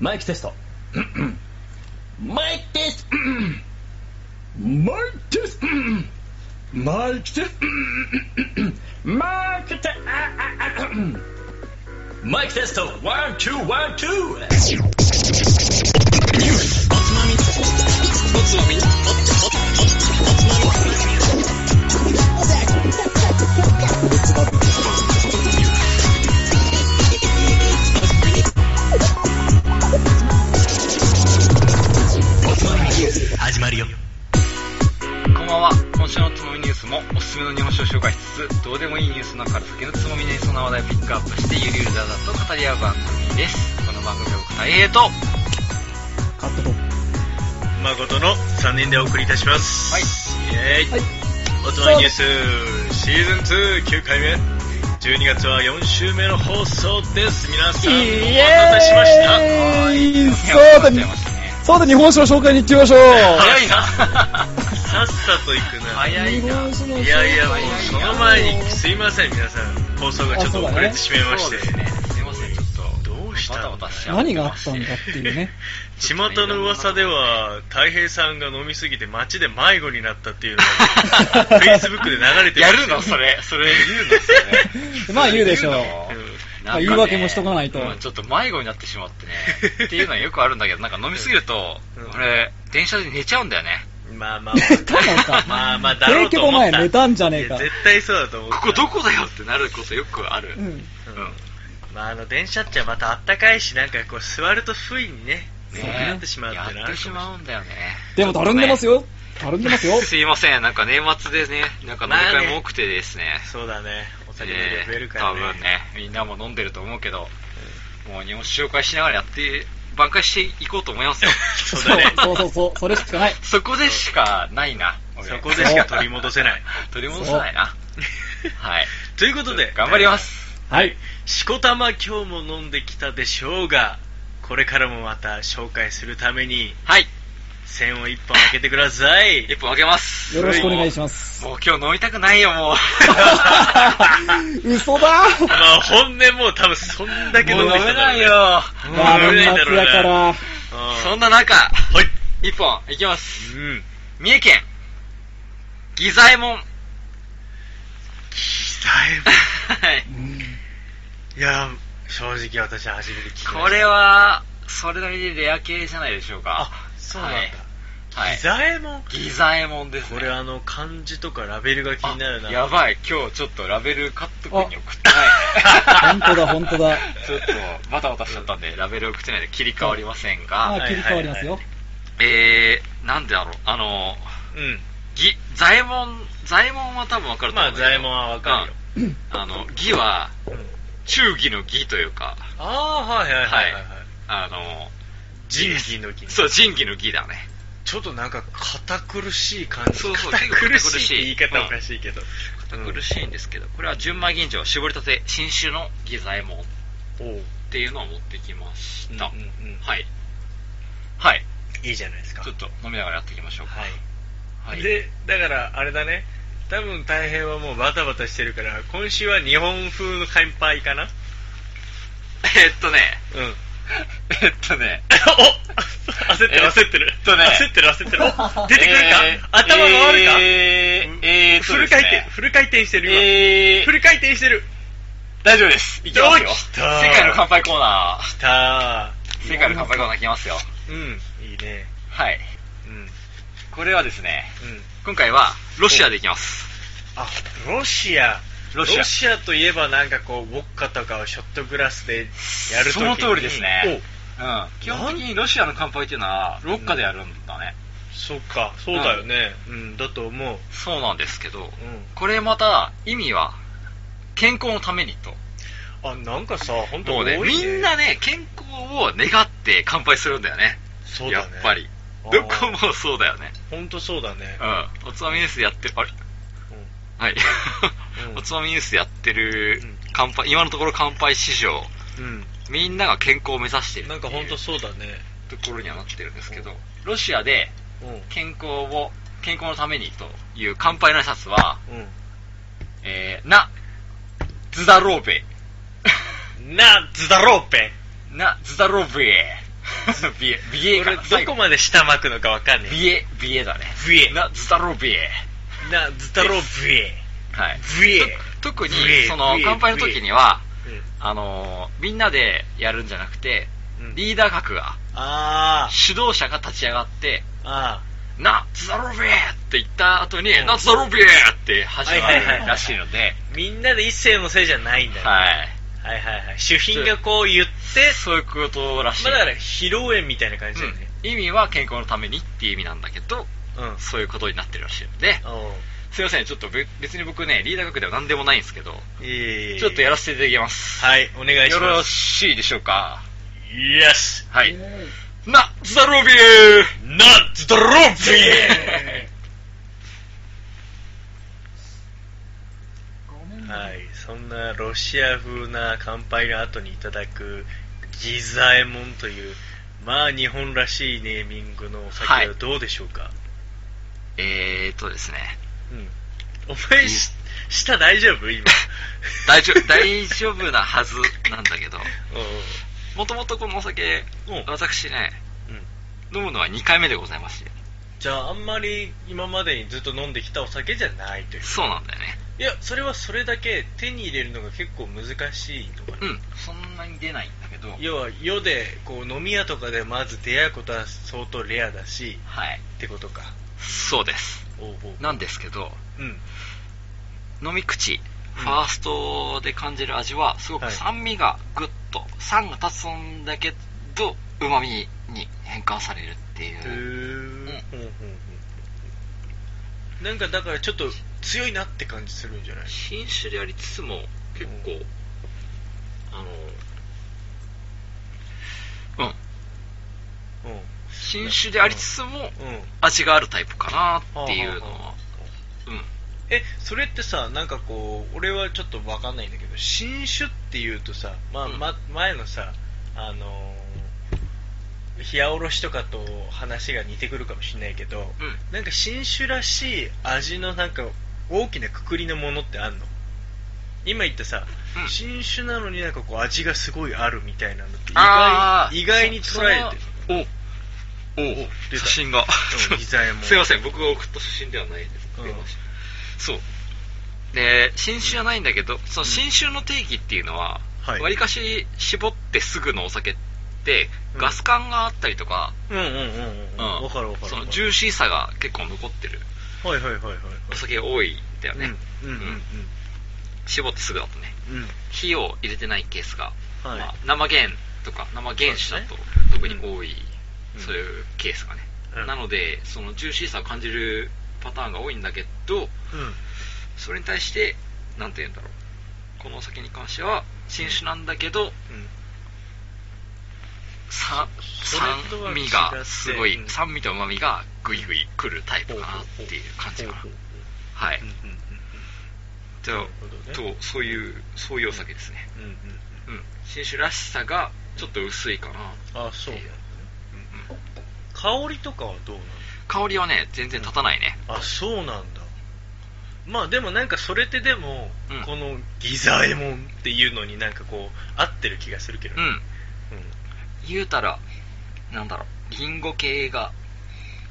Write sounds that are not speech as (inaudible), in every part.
マイクテスト。 (clears throat) マイクテスト。 (clears throat) マイクテスト。 (clears throat) マイクテスト。 (clears throat) マイクテスト。 (clears throat) マイクテスト。ワン、ツー、ワン、ツー。おつまみ、おつまみ、おつ始まるよこんばんは。今週のつまみニュースもおすすめの日本酒を紹介しつつ、どうでもいいニュースの中から先のつまみにその話題をピックアップして、ゆるゆるだだと語り合う番組です。この番組は僕、大平と、はい、カットと。誠の3人でお送りいたしますイエーイ、はいおつまみニュースシーズン29回目12月は4週目の放送です皆さんお待たせしましたイエーイはいそうだやっちゃいましたね。そうだ、日本酒の紹介に行ってみましょう。早いな。さっさと行くな早いな。いやいやもうその前にすいません皆さん放送がちょっと遅れてしまいましそうてですね。すいません、ちょっと。どうしたバタんバだタしちゃ何があったんだっていうね。 (laughs) 巷の噂では太平さんが飲みすぎて街で迷子になったっていうのが (laughs) (laughs) Facebook で流れてやんでるすよのそれ。それ言うのそれ。まあ言うでしょう。まあ言い訳もしとかないとうんちょっと迷子になってしまってね。っていうのはよくあるんだけど、なんか飲みすぎるとうん、俺、電車で寝ちゃうんだよね。 (laughs) まあまあ寝たのか。まあまあだろうと思った提供前寝たんじゃねえかいや絶対そうだと思うここどこだよってなることよくある。ううん。ん。まああの電車っちゃまたあったかいしなんかこう座ると不意にねね眠くなってしまうってやなってしまうんだよね。でも、たるんでますよ。たるんでますよ。すいません、なんか年末でね、なんか飲み会も多くてですね。そうだねお酒え増えるーから多ね分ね、みんなも飲んでると思うけど、もう日本酒紹介しながらやって、挽回していこうと思いますよ。そうだ (laughs) ね (laughs) そうそうそう、それしかない。そこでしかないな。俺そこでしか取り戻せない取り戻せないな。はい。ということで頑張ります。はい。しこたま今日も飲んできたでしょうがこれからもまた紹介するためにはい。線を一本開けてください一本あげます。よろしくお願いしま (laughs) ます。もう今日飲みたくない (laughs) よ、もう。嘘だまあ本音もう多分そんだけも飲んうで飲きめたならいねよ。まあ、飲めないん年だろ末うなだから。うんそんな中、はい一本いきます。うん三重県、ギザエモン。はい。いや正直私は初めて聞きましたこれは、それなりにレア系じゃないでしょうか。あそうなんだ、はい。ギザエモンギザエモンですね。これあの漢字とかラベルが気になるなやいばい、今日ちょっとラベルカット君に送ってない本当だ、本当だ。ね。 (laughs) ちょっとバタバタしちゃったんで、ラベル送ってないで切り替わりませんあが、はあ、い切り替わりますよ。えー、なんでだろう、あの、うんぎ、ザエモン、ザエモンは多分わかるとま思うあんだけど。ザエモンはわかるうよ、ん。あの、ギは、うん忠義の義というか、ああはいはいはいはい、はいあの、仁義の義そう、仁義の義だね。ちょっとなんか堅苦しい感じそうそう堅苦結構堅苦ししいいって言い方おかしいけど、うん苦しいんですけど、これは純米吟醸絞りたて新酒のギザエモンっおうていうのを持ってきました。うんうんうんはい。はい。いいじゃないですかちょっと飲みながらやっていきましょうか。ははいい。でだからあれだね多分大変はもうバタバタしてるから今週は日本風の乾杯かな (laughs) えっ (laughs) とね、 (laughs) うんえっと (laughs) ね、お焦ってえる焦ってる、えっとね焦ってる焦って (laughs) る出てくるか、えー頭回るか、えーえーっとフルです回ね転フル回転してる今、えフー、ル回転してる大丈夫です。いきますよ。よっき世たー界の乾杯コーナー。きた世界の乾杯コーナー来ますよ。ーうんいいねはい。うんこれはですね、うん今回はロシアでいきます。あロシアロシアといえばなんかこうウォッカとかをショットグラスでやるときそにの通りですねおうん。基本的にロシアの乾杯っていうのは、ロッカでやるんだね。そっかそうだよねうん、だと思うそうなんですけど、んこれまた意味は、健康のためにと。あなんかさ本当もう多ね、いねみんなね、健康を願って乾杯するんだよね。そうやだっねぱり。あーどこもそうだよね。本当そうだねうん。おつまみニュースやってる、あれはい。うんおつまみニュースやってるうん、乾杯、今のところ乾杯市場、うん、みんなが健康を目指してうるん、ってないんうか本当そうだねところにはなってるんですけど、ロシアでう健康を、健康のためにという乾杯の挨拶は、んうんえー、な、ズダローベ。 (laughs) な、ズダローペ。な、ズダローベ。 (laughs) ビエ、ビエ俺か。、最ど後こまで下巻くのかわかんねえ。ビエ、ビエだね。ビエな、ズダローベ。な、ズダロービエ。はい。ビエ。と特にブエ、そのブエ、乾杯の時には、うんあのー、みんなでやるんじゃなくてうん、リーダー格が、あ主導者が立ち上がって、あ、あな、ズダローベって言った後にう、んな、ズダローベって始まはいはいはいるらしいので、あ、みんなで一斉のせいじゃないんだよ。ははい。いはいはい。主品がこう言って、そういうことらしい。まあだから、披露宴みたいな感じだよね。うん意味は健康のためにっていう意味なんだけど、うん。うんそういうことになってるらしいので、すいません、ちょっとべ別に僕ね、リーダー学では何でもないんですけど、いえいえちょっとやらせていただきます。はい、お願いしよろます。しいでしょうか。イエスはい。な、ズダロビエナッツドロービエはい、そんなロシア風な乾杯の後にいただくギザエモンという、まあ日本らしいネーミングのお酒はどうでしょうか、えーっとですね、うん。お前し、舌大丈夫今。 (laughs) 大丈夫、 (laughs) 大丈夫なはずなんだけど、うもともとこのお酒、んうん。うん。私ね、飲むのは2回目でございまして、じゃああんまり今までにずっと飲んできたお酒じゃないという。そうなんだよね。いや、それはそれだけ手に入れるのが結構難しいのかうな。ん、そんなに出ないんだけど、要は世でこう飲み屋とかでまず出会うことは相当レアだしはい、ってことかそうです。おうおうなんですけど、うん飲み口、ファーストで感じる味は、すごはくい酸味がぐっと、酸が立つんだけど、旨味に変換されるっていへう。ーほうほうほうなんかだからちょっと強いなって感じするんじゃない品種でありつつも、結構あの、うん、うん品種でありつつも、うん味があるタイプかなっていうのはあはあははあ、うん。えそれってさなんかこう俺はちょっとわかんないんだけど新種っていうとさ、まあうんま、前のさあのー冷やおろしとかと話が似てくるかもしれないけど、んなんか新種らしい味のなんか大きなくくりのものってあんの今言ったさ、うん新種なのになんかこう味がすごいあるみたいなのって意あ外ー意外に捉えてるそのおお出た写真がうんギザエモン (laughs) すいません僕が送った写真ではないです、うん出ましたそうで新酒じゃないんだけど、その新酒の定義っていうのはわはいり、割かし絞ってすぐのお酒ってうんガス感があったりとか、うんうんうんうんわ、うんかるわかるそわのかジューシーさが結構残ってるるはいはいはいはいはいお酒が多いんだよね、うんうんうん絞ってすぐだとねうんうん火を入れてないケースが、はいまあ、生原とか生原酒だとそう特ですねに多い、うんそういうケースがね、うんなのでそのジューシーさを感じるパターンが多いんだけどうんそれに対して何て言うんだろうこのお酒に関しては新酒なんだけどうんさそそれとは酸違って味がすごい、うん酸味と旨味がグイグイくるタイプかなっていう感じかなほうほうほはいううんうんじゃあなるほどねとそういうそういうお酒ですねうんうんううんん新酒らしさがちょっと薄いかなうんあそうなんだねうん香りとかはどうな香りはね全然立たないね、のあそうなんだまあでもなんかそれってでも、うんこのギザエモンっていうのになんかこう合ってる気がするけどうねん言うたらなんだろうリンゴ系が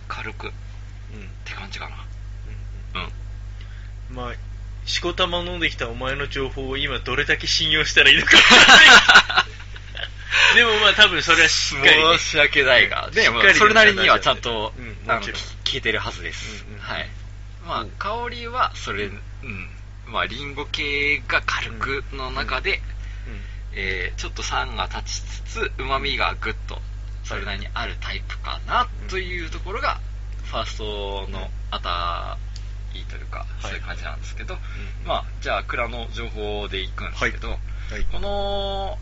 軽くっうんうんて感じかなうんうんまあしこたま飲んできたお前の情報を今どれだけ信用したらいいのか (laughs) でもまあ多分それはしっかりね、申し訳ないが、しっでかりもそれなりにはちゃんと、うんあのもちろん聞いてるはずです、うんうんはいまあ香りはそれうんまあリンゴ系が軽くの中で、えーちょっと酸が立ちつつうまみがぐっとそれなりにあるタイプかなというところがファーストのあたりというか、そういう感じなんですけど、うんまあじゃあ蔵の情報でいくんですけど、はいこの、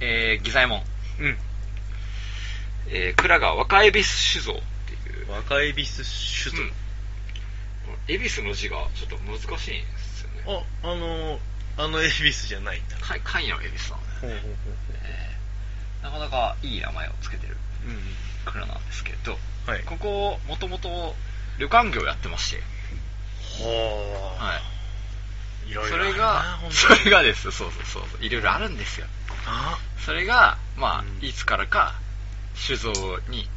えー、ギザエモン、うんえー蔵が若恵比寿酒造っていう、若恵比寿酒造、うん、恵比寿の字がちょっと難しいんですよねああのーあの恵比寿じゃないんだか関与の恵比寿なんで、ほうほうほうほえーなかなかいい名前をつけてるううんうん蔵なんですけどはいここもともと旅館業やってまして、ははい、いいろいろそあるなれがほんとにそれがですそうそうそうそういろいろあるんですよあ (laughs) それがまあ、うんいつからか酒造に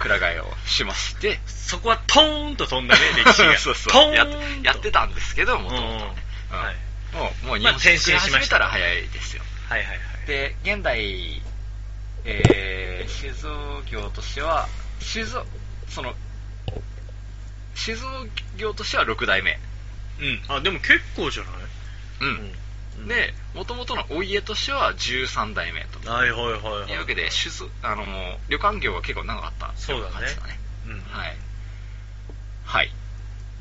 くら替えをしましてそこはトーンと飛んだ (laughs) ね、歴史が。そうそうトーンとやっやってたんですけどもうんともとねうんはいもうもう日まあ本酒転身作りし始まめしたたら早いですよはいはいはい。で現代、えー、酒造業としては酒造その酒造業としては6代目うん。あ、でも結構じゃないうん、うんで元々のお家としては13代目とはいはいはいはい。いうわけで酒造あの旅館業は結構長かったそうだね感じだねうん。はいはい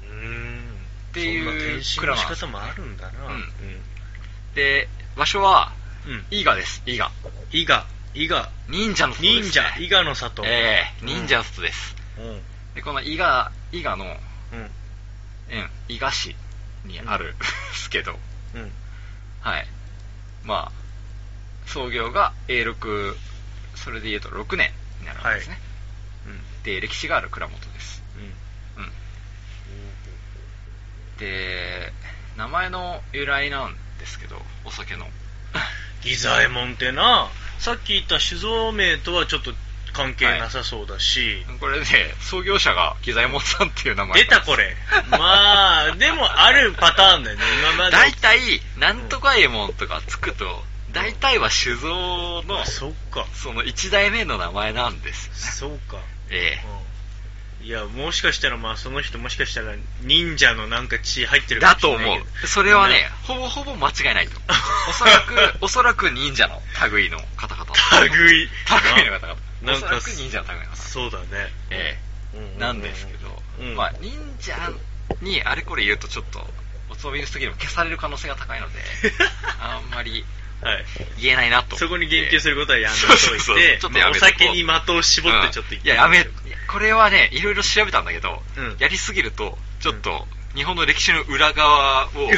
うーん。っていうそんな転身の仕方もあるんだな。うんで場所はうん。うん。伊賀です伊賀伊賀、伊賀、忍者の里です、ね、忍者、伊賀の里。ええ忍者の里です、うん。でこの伊賀伊賀の、うん、うん。伊賀市にあるですけど、うん。はい。まあ、創業が A6、それで言うと6年になるわけですね。で、歴史がある蔵元です。うん。うん。で、名前の由来なんですけど、お酒 (laughs) の。ギザエモンってな、さっき言った酒造名とはちょっと関係なさそうだし、これで、創業者がギザエモンさんっていう名前出たこれ。まあ、でもあるパターンだよね、今まで。大体、なんとかエモンとかつくと、大体は酒造のあ、そっか。その1代目の名前なんですよね。そうか。ええ。うんいや、もしかしたら、まあ、その人もしかしたら、忍者のなんか血入ってるかだもしとれ思ないけどう。それはね、ほぼほぼ間違い (laughs) ないと思う。おそらく、おそらく忍者の類の方々。類類の方々。なおんそからく忍者の類の方々。そうだね。えううえうなんですけど、うんまあ、忍者にあれこれ言うとちょっと、おつぼみの時にも消される可能性が高 (laughs) いので、あんまりはい。言えないなと思って。そこに言及することはやめそうとそいうて、そうちょっとやまあおめとこう酒に的を絞ってちょっと言ってうんいや、やめ、いやこれはね、いろいろ調べたんだけど、うんやりすぎると、ちょっと、日本の歴史の裏側を、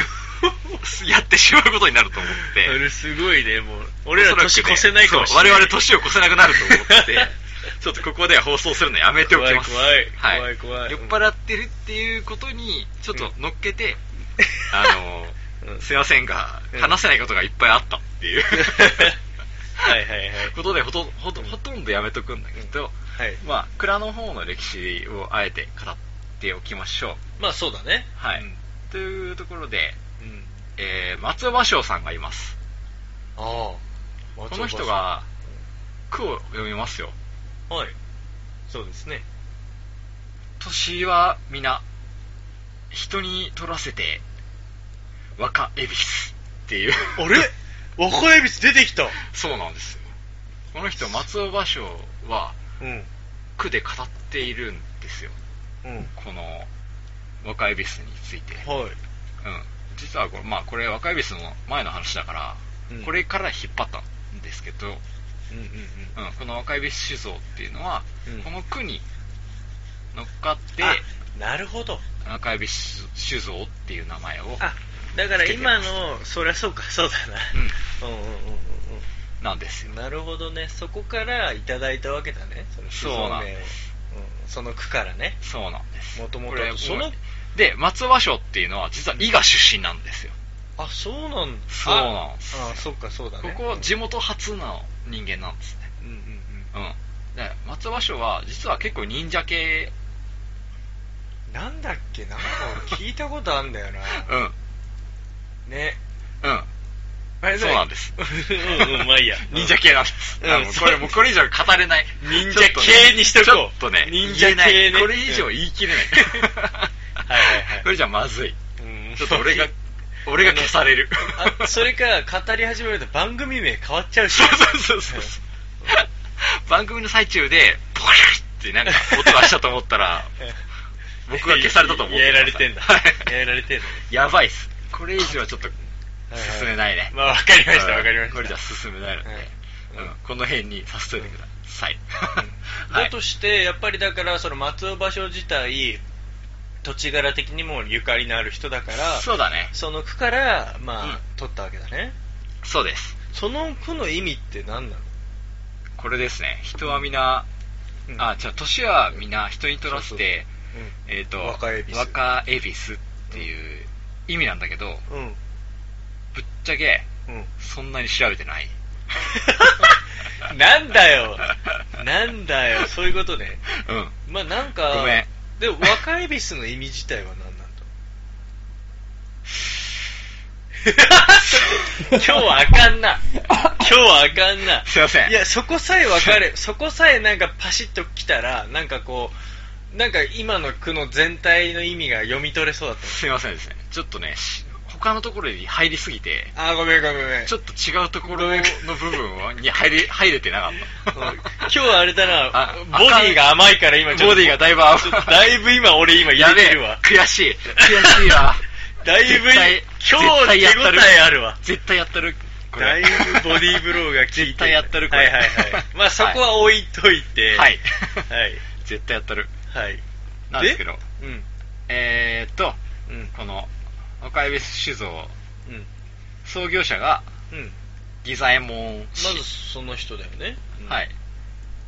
やってしまうことになると思 (laughs) って。俺すごいね、もう。俺ら年越せないかもしれない。、そう我々年を越せなくなると思って (laughs) ちょっとここでは放送するのやめておきます。怖い怖はい怖い怖い酔っ払ってるっていうことに、ちょっと乗っけ (laughs) て、 (laughs) あの、うんすいませんが、うん話せないことがいっぱいあったっていう (laughs) はいはいはい。ことでほとんどほとんどほとんどやめとくんだけど、はい。まあ、蔵の方の歴史をあえて語っておきましょう。まあ、そうだね。はい。うんというところで、うん。えー松尾芭蕉さんがいます。ああ。この人が、句を読みますよ。はい。そうですね。年は皆人に取らせて若恵比寿っていうあれ若エビス出てきた。 (laughs) そうなんですよこの人松尾芭蕉はうん。区で語っているんですようん。この若恵比寿について、うん、はい。実はこれ,、まあ、これ若恵比寿の前の話だから、うんこれから引っ張ったんですけど、うん、うんうんうん。この若恵比寿酒造っていうのは、うんこの区に乗っかってあなるほど。若恵比寿酒造っていう名前をあ、だから今の、そりゃそうか、そうだな。うんうんうんうんなんですようん。なるほどね。そこからいただいたわけだね。その酒そう造なん名を。でうんその区からね。そうなんです。もともことれそものうで、松尾芭蕉っていうのは実は伊賀出身なんですよ。あ、そうなんだ。そうなんですよああ、そっか、そうだこね。こ地元初の人間なんですね。うんうんうん。うん。で、松尾芭蕉は実は結構忍者系、なんだっけ、なんか俺聞いたことあんだよな。 (laughs) うん、ね。うん。あれだそうよなんです。。(laughs) うんうん、まあいいや (laughs) 忍者系なんです。うんあのこそうれもうこれ以上語れない。忍者ちょっとね系にしとこうちょっとね、忍者系ね言えないこれ以上言い切れない。 (laughs) はいはいはい (laughs) これじゃまずい。 (laughs) うんちょっと俺が、俺が消される。あそれか、語り始めると番組名変わっちゃうし。そうそうそうそう。 (laughs) 番組の最中で、ポカリってなんか音がしたと思った (laughs) ら、僕が消されたと思ってやくらだれさいてんだはい。やられてんだね。やばいっす。これ以上はちょっと進めないね。まあ、わかりました、うんわかりました。これじゃ進めないので、はいうんこの辺にさせといてください。はだいとして、やっぱりだから、その松尾芭蕉自体、土地柄的にもゆかりのある人だから、そうだね。その区から、まあ、うん取ったわけだね。そうです。その区の意味って何なのこれですね。人は皆、うんあ、じゃあ年は皆人に取らせて、うんえっ、と、若恵比寿若恵比寿っていう意味なんだけど、うん。ぶっちゃけ、うん。そんなに調べてない。 (laughs) なんだよ。なんだよ。そういうことね。うん。まあなんか、ごめんでも、若いビスの意味自体は何なんだ (laughs) 今日はあかんな。今日はあかんな。すいません。いや、そこさえ分かれ、そこさえなんかパシッと来たら、なんかこう、なんか今の句の全体の意味が読み取れそうだった。すいませんですね。ちょっとね、し他のところに入りすぎて、あー、ごめんごめんごめん。ちょっと違うところの部分をに入れ入れてなかっうん今た。日はあれだなあ、ボディが甘いから今ちょっと。ボディがだいぶ甘いちょっとだいぶ今俺今や入べれえてるわ。、悔しい。悔しいわ。だいぶ絶対、今日手応えあるわ。絶対やったる。これだいぶボディーブローが効いてる。絶対やってるこれはいはいはい。 (laughs) まあそこは置いといて。はい。はい。絶対やったる。はい。なんですけど、うん。えーっと、うん。この、岡部酒造、うん。創業者が、うん。ギザエモンまずその人だよね。うんはい。。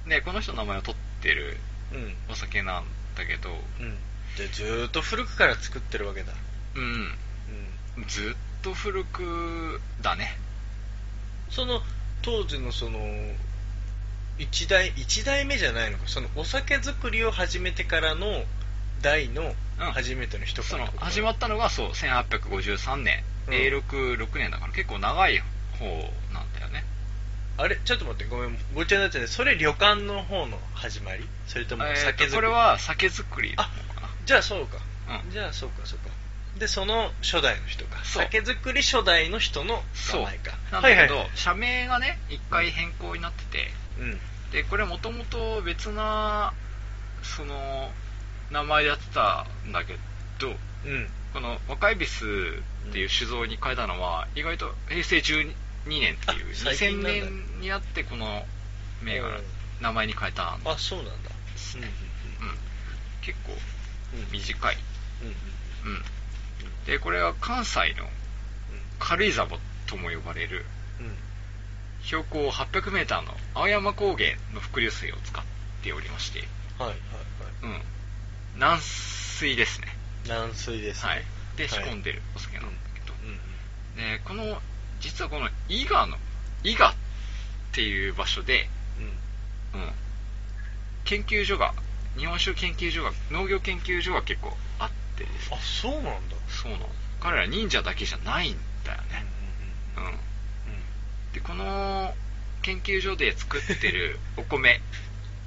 で、この人の名前を取ってるうん。お酒なんだけど、うん。で、ずーっと古くから作ってるわけだ。うん。うん。ずっと古くだね。その当時のその一代一代目じゃないのかそのお酒作りを始めてからの代のうん初めての人かそらのってこと始まったのがそう1853年、うん A66 年だから結構長い方なんだよねあれちょっと待ってごめんごちゃになっちゃってそれ旅館の方の始まりそれともえーと酒造り、これは酒造りのあ方かなじゃあそうか、うんじゃあそうかそうかでその初代の人かそう酒造り初代の人のそ名う前かなんだけど、はいはい社名がね一回変更になっててうんでこれもともと別なその名前でやってたんだけどうんこの若恵比寿っていう酒造に変えたのは意外と平成12年っていうあ最近2000なんだ年になってこの銘柄うん名前に変えたんだあそうなんだですうんねうんうん結構うん短い、うんうんうん、でこれは関西の軽井沢とも呼ばれるうんうん標高 800m の青山高原の伏流水を使っておりまして、はいはいはいうん、軟水ですね軟水ですねはい、で仕はい込んでるお酒なんだけど、うんでこの実はこの伊賀の伊賀っていう場所で、うん、研究所が日本酒研究所が農業研究所が結構あってですあねそうなんだそうなの彼ら忍者だけじゃないんだよねうんでこの研究所で作って (laughs) るお米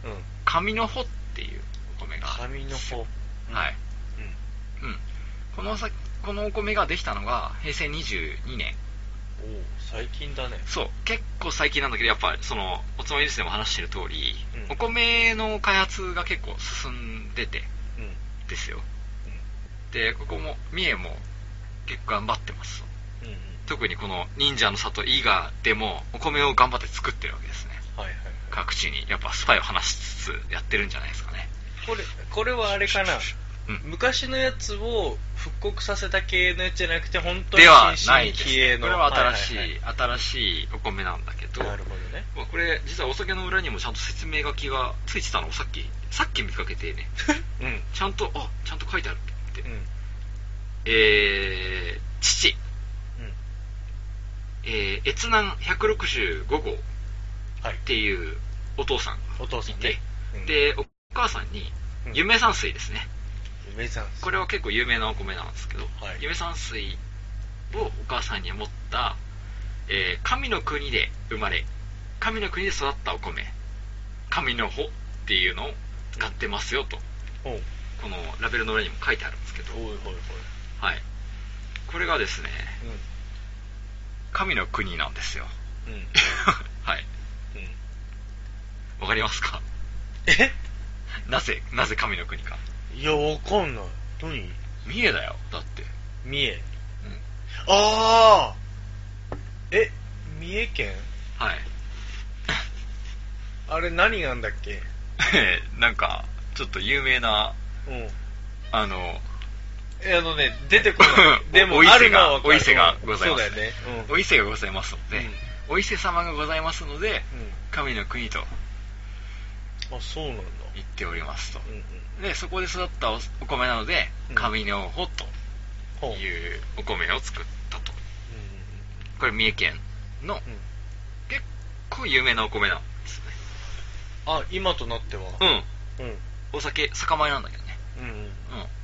うんうん紙の穂っていうお米が紙 (laughs) の方はいうんこのさこのお米ができたのが平成22年うんおお最近だねそう結構最近なんだけどやっぱそのおつまみニュースでも話してる通り、うんお米の開発が結構進んでてうんうんですよでここも三重も結構頑張ってますうんうん特にこの忍者の里伊賀でもお米を頑張って作ってるわけですねはいはいはい各地にやっぱスパイを話しつつやってるんじゃないですかねこれこれはあれかなうん昔のやつを復刻させた系のやつじゃなくて本当にでは新ないで進す、気鋭ね、このれは新しい,、ははは新しいお米なんだけどなるほど (laughs) ねまあこれ実はお酒の裏にもちゃんと説明書きがついてたのをさっきさっき見かけてねうんちゃんとあちゃんと書いてあるって、うんえー、父うんえー、越南165号っはいていうお父さんがいてお父さんねうんでお母さんにうん夢山水ですね、梅さんこれは結構有名なお米なんですけど、はい夢山水をお母さんに持った、えー神の国で生まれ神の国で育ったお米神の穂っていうのを使ってますよと、おうこのラベルの裏にも書いてあるんですけど、おいおいおいはい、これがですね神の国なんですようんうん (laughs) はいうんわかりますかえなぜなぜ神の国かいや、わかんない。何三重だよだって三重。ああえ、三重県はい (laughs) あれ何なんだっけなんかちょっと有名なうん。あ (laughs) のえ、あのね、出てこない。で (laughs) も、お伊あ勢るのはがわ、かるお伊勢がございます。そうだよね。うん。お伊勢がございますので、お伊勢様がございますので、神の国とうん。あ、そうなんだ。言っておりますと。うんうん。で、そこで育ったおお米なのでう、ん神の穂とほういうお米を作ったとうこれ三重県のんうん結構有名なお米なんですねあ今となってはうんうんうんお酒酒米なんだけどね、うんうん、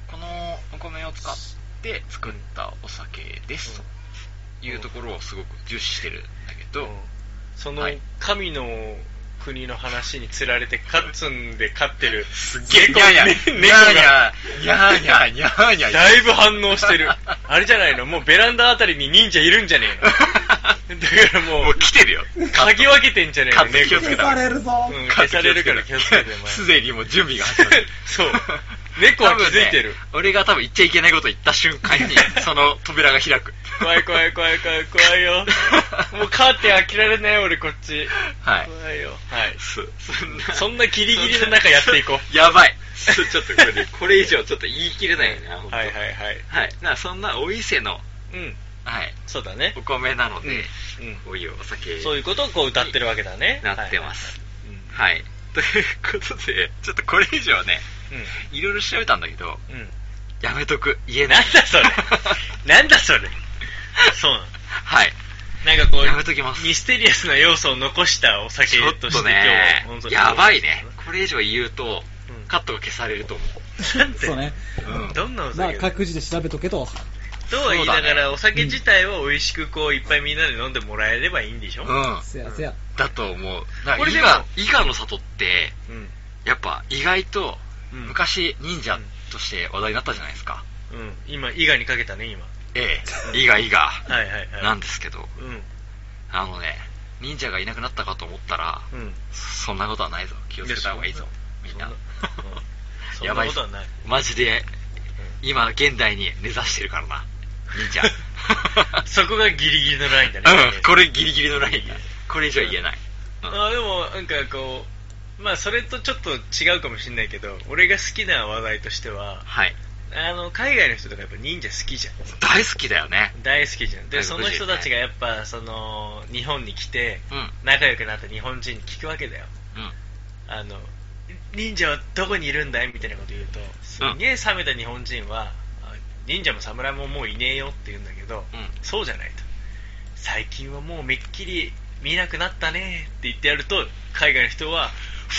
このお米を使って作ったお酒ですうんというところをすごく重視してるんだけど、そのはい神の国の話につられてカッツンで飼ってるすにゃーにゃーに猫がゃーにゃーにゃーにゃーにゃーにゃーにゃーだいぶ反応してるあれじゃないのもうベランダあたりに忍者いるんじゃね (laughs) えのだからももうう来てるよ嗅ぎ分けてんじゃねえカのット気をつけ猫たが消されるぞうん消されるから気をつけてお前すでにもう準備が始まるそう猫は気づいてる、多分ね俺が多分言っちゃいけないこと言った瞬間にその扉が開く怖い怖い怖い怖い怖 (laughs) いよもうカーテン開けられない俺こっちはい怖いよはいそそんなそんなギリギリの中やっていこ (laughs) やばいちょっとこれ (laughs) これ以上ちょっと言い切れないよねう本当はいはいはいはいなそんなお伊勢の、うんはい、そうだねお米なので、うんうんこういうお酒そういうことをこう歌ってるわけだねになってますはいはいはい、ということでちょっとこれ以上ねはいうんいろいろ調べたんだけどうんうんやめとく言えなないんだ (laughs) それなんだそれそうなの (laughs) はいなんかこうやめときますミステリアスな要素を残したお酒ちょっとしてとね今日やばいねねこれ以上言うとうんカットが消されると思なんてそうね。う、うんどんなおまあ、酒だ各自で調べとけと。とは言いなそがうだら、お酒自体は美味しくこういっぱいみんなで飲んでもらえればいいんでしょ、うんせやせや。だと思うだかこられ伊でも賀伊賀の里ってうんやっぱ意外とうん昔忍者として話題になったじゃないですか、うん、今、伊賀にかけたね、今。ええ伊賀伊賀はいはいはい。なんですけどうん。あのね忍者がいなくなったかと思ったらうん。そんなことはないぞ気をつけた方がいいぞみんなそんやばなそんないことはない。マジで今現代に根ざしてるからな忍者 (laughs) そこがギリギリのラインだね。うんこれギリギリのラインこれ以上言えない、うんあでも、なんかこう、まあ、それとちょっと違うかもしれないけど、俺が好きな話題としては、はいあの、海外の人とかやっぱ忍者好きじゃん。大好きだよね大好きじゃん。で、そ外の国人人たちがやっぱ、その、日本に来て、うんうん仲良くなった日本人に聞くわけだよ。あの忍者はどこにいるんだいみたいなこと言うとすげえ冷めた日本人は、あ忍者も侍ももういねえよって言うんだけど、うんそうじゃないと最近はもうめっきり見なくなったねって言ってやると海外の人は (laughs)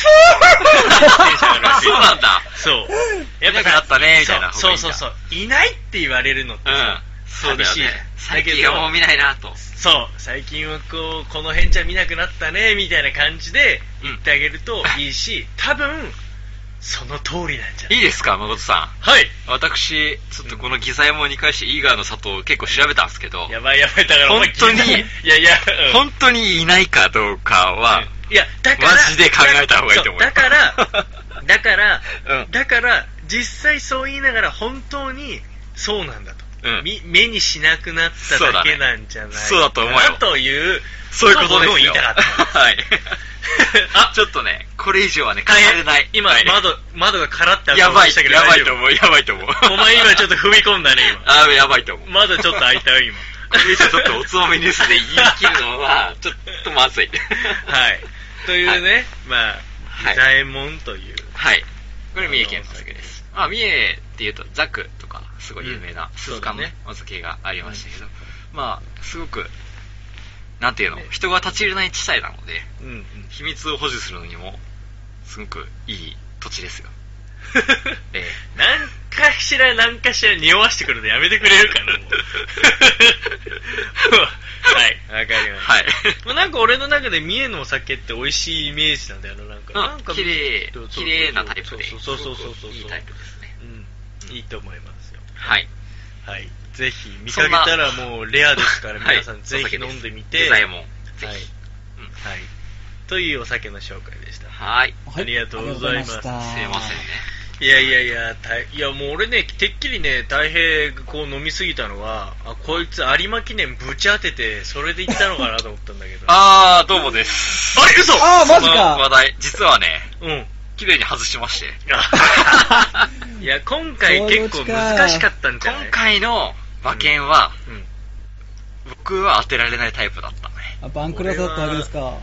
あそうなんだ (laughs) そう見なくなったねみたいなそう方そがいいんだうそうそういないって言われるのってうさん、そうだ寂よしいじゃんね最だけ近どはもう見ないなとそう最近はこうこの辺じゃ見なくなったねみたいな感じで言ってあげるといいし、 (laughs) 多分その通りなんじゃないいいですか誠さんはい私、ちょっとこのギザエモンに関してイーガーの里を結構調べたんですけど、やばいやばい、だからお前本当に聞いてないいやいや、うん本当にいないかどうかは、いや、だから、マジで考えた方がいいと思うそうだから、 (laughs) だから、うんだから、実際そう言いながら本当にそうなんだと。うんみ目にしなくなっただけなんじゃないかなそうだねそうだと思うよという、そういうことです俺も言いよ。たかった。はい。あ、ちょっとね、これ以上はね、語れない。今、はい窓、窓がカラッてやばい、したけどやばいとう。思う、やばいと思う。お前今ちょっと踏み込んだね、 (laughs) あやばいと思う。今。窓ちょっと開いたよ、今。これ以上ちょっとおつまみニュースで言い切るのは、ちょっとまずい。 (laughs) はい。というね、まあ、はいギザエモンという。はい。これ三重県のお酒です。まあ、三重っていうと、ザクとか、すごい有名な、鈴鹿のね、お酒がありましたけど、まあ、すごく、なんていうの、人が立ち入れない地帯なので、うんうん。秘密を保持するのにも、すごくいい土地ですよ。 (laughs) ええなんかしらなんかしら匂わしてくるのやめてくれるかな、も (laughs) うはい、わかりました。はい。もうなんか俺の中で三重のお酒って美味しいイメージなんだよな、なんか。なんか綺麗そう、そう綺麗なタイプで、そうそうそうそうすそごう。くいいタイプですね。うん、いいと思いますよ。はい。はい。ぜひ、見かけたらもうレアですから、皆さんぜひ飲んでみて。ザはい。イはモン。ぜいひ。うん。というお酒の紹介でした。はい。はいありがとうございますありがとうござすいませんね。いやいやいや、たいやもう俺ね、てっきりね、大平がこう飲みすぎたのは、あ、こいつ有馬記念ぶち当てて、それで行ったのかなと思ったんだけど。 (laughs) あー、どうもです。あれ嘘あーマジこの話か題、実はね、うん。綺麗に外しまして。いや、今回結構難しかったんじゃない今回の馬券は、うん。僕は当てられないタイプだったね。あ、バンクラスだったわけですか。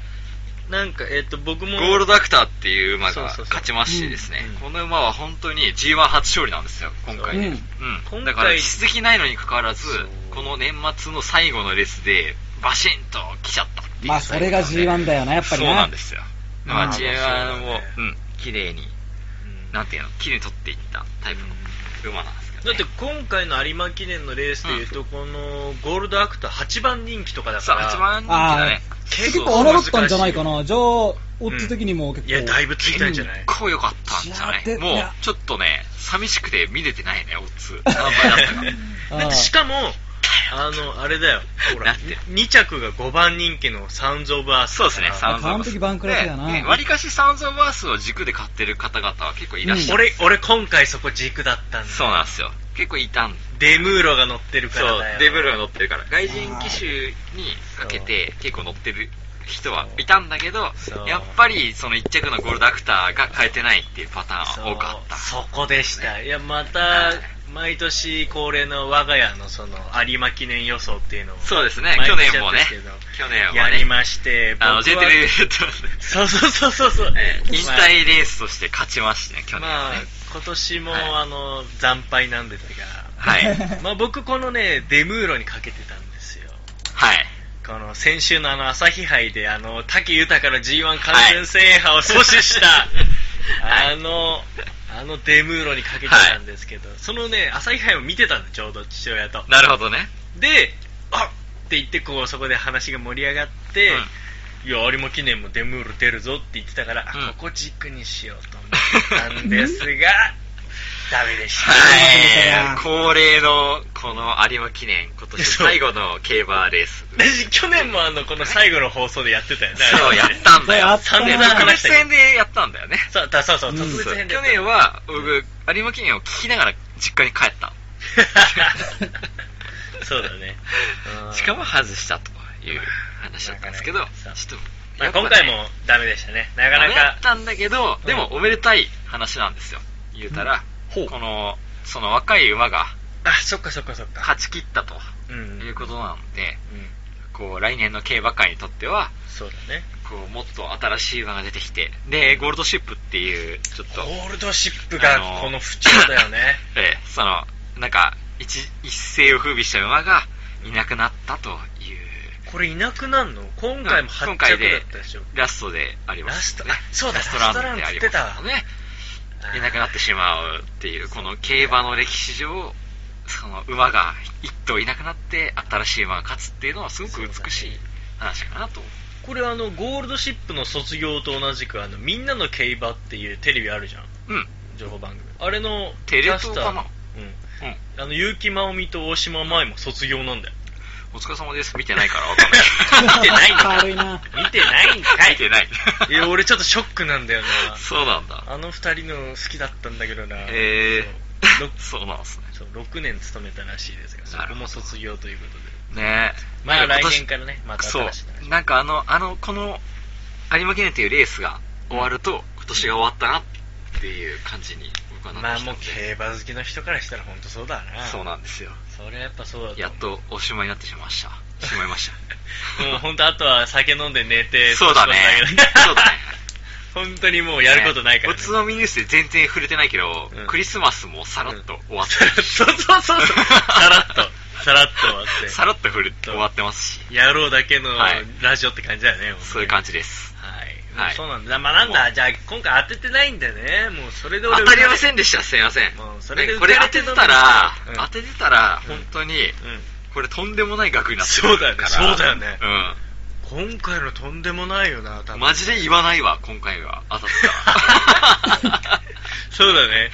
なんか、えっと、僕も。ゴールドアクターっていう馬そうがそうそう勝ちましてですねうん、この馬は本当に G1 初勝利なんですよ、今回ね。そううん今だ回から実績ないのにかかわらずそう、この年末の最後のレースで、バシンと来ちゃったっていうまあ、それが G1 だよな、やっぱりそうな。なんですよ。だからまあ G1 をまあそうだね、うん、綺麗に、うんなんていうの、綺麗に取っていったタイプの馬なんですけどだっね。て今回の有馬記念のレースでいうと、このゴールドアクター8番人気とかださかあ、ら一番人気だあね。あ、結結構構荒だったんじゃないかな。じゃあ、オッズ的にも結構。いやだいぶついたんじゃない結構良かったんじゃないいやでもいうや、ちょっとね、寂しくて見れてないね、オッズ。何倍だったか。ああだってしかも (laughs) あのあれだよほらだって2着が5番人気のサウンズ・オブ・アースそうですね、ウンサンズ・オブ・完璧番狂わせだなわりかしサウンズ・オブ・アースを軸で買ってる方々は結構いらっしゃる。俺俺今回そこ軸だったんだそうなんですよ。結構いたんデムーロが乗ってるからだよデブルが乗ってるから。外人機種にかけて結構乗ってる人はいたんだけどそ、うやっぱりその一着のゴールドアクターが買えてないっていうパターンは多かった。そうそこでしたいやまた毎年恒例の我が家のその有馬記念予想っていうのをそうですね、毎去年年もねやってるんです。去年やはりね、まして僕あの、は J テレビで言ってますね。そうそうそうそうそうえー引退レースとして勝ちましたね、去年まはあね。今年も、はいあの惨敗なんですが、はい。はい。まあ、僕このねデムーロにかけてたんですよこの先週のあの朝日杯であの滝豊から G1 完全制覇を阻止した、はあのあのデムーロにかけてたんですけど、そのね朝日杯を見てたのちょうど父親となるほどね。であっって言ってこうそこで話が盛り上がって、いや有馬記念もデムール出るぞって言ってたから、うんあここ軸にしようと思ったんです (laughs) がダメでした、はい。恒例の、この有馬記念、今年最後の競馬レース。 (laughs) 私去年もあのこの最後の放送でやってたよねそう、やあっれねたんだよ。そうやったんだよ特別編でやったんだよね。そうだそうそううん特そう別編で去年は、僕、有馬記念を聞きながら実家に帰った。 (laughs) そうだねうんしかも外したという話だったんですけど、ちょなっんかねそうと、まやあっぱね今回もダメでしたねなかなやかったんだけど、でもうんおめでたい話なんですよ。言うたら、ほうこの、その若い馬があそっかそっかそっか勝ち切ったとうんうんいうことなので、こう、来年の競馬界にとっては、そうだねこう、もっと新しい馬が出てきて、で、ゴールドシップっていう、ちょっと、ゴールドシップあがのこの不調だよね (laughs) ええその、なんか、一、一世を風靡した馬がいなくなったという、これいなくなんの今回も8着だったでしょラストでありました、ね。ラストあそうだラストランでありましラスたトランね。いなくなってしまうっていう、この競馬の歴史上、その馬が一頭いなくなって新しい馬が勝つっていうのはすごく美しい話かなと。これあのゴールドシップの卒業と同じくあのみんなの競馬っていうテレビあるじゃんうん。情報番組あれのテレ東かなうキャスん。ターうんあの結城真央美と大島麻衣も卒業なん (laughs) だよお疲れ様です。見てないからわかんない。見てないのか軽いな。見てないんか見てない。 (laughs) いや俺ちょっとショックなんだよなそうなんだ。あの二人の好きだったんだけどなえそうー、 (laughs) そうなんですね。そう6年勤めたらしいですがそなるこほもど卒業ということでねえ。まなんあ来か今年からねまたそう新しい話。なんかあの、あの、この、有馬記念というレースが終わると、今年が終わったなっていう感じに僕はなまっあてきたもんうで競馬好きの人からしたら本当そうだなそうなんですよ。それはやっぱそうだと思うやっとおしまいになってしまいました。しまいました。もう本当あとは酒飲んで寝て (laughs) そうだね年越すだけ。そうだね。 (laughs) 本当にも (laughs) うやることないから、ねねおつまみニュースで全然触れてないけど、うんクリスマスもさらっと終わっそうてるし、そうそう (laughs) そうさらっとさらっと終わってさらっと触れ終わってますし、やろうだけのはいラジオって感じだよね、そういう感じじです。はい、はいそうなんだまあなんだじゃあ今回当ててないんだよねもうそれで当俺たりませんんでした、すいません。もうそれでねこれ当ててたら、うん当ててたら、うん本当に、うんこれとんでもない額になってるから。そうだよねそうだうん。今回のとんでもないよな多分マジで言わないわ、今回は。当たったら。 (laughs) そうだね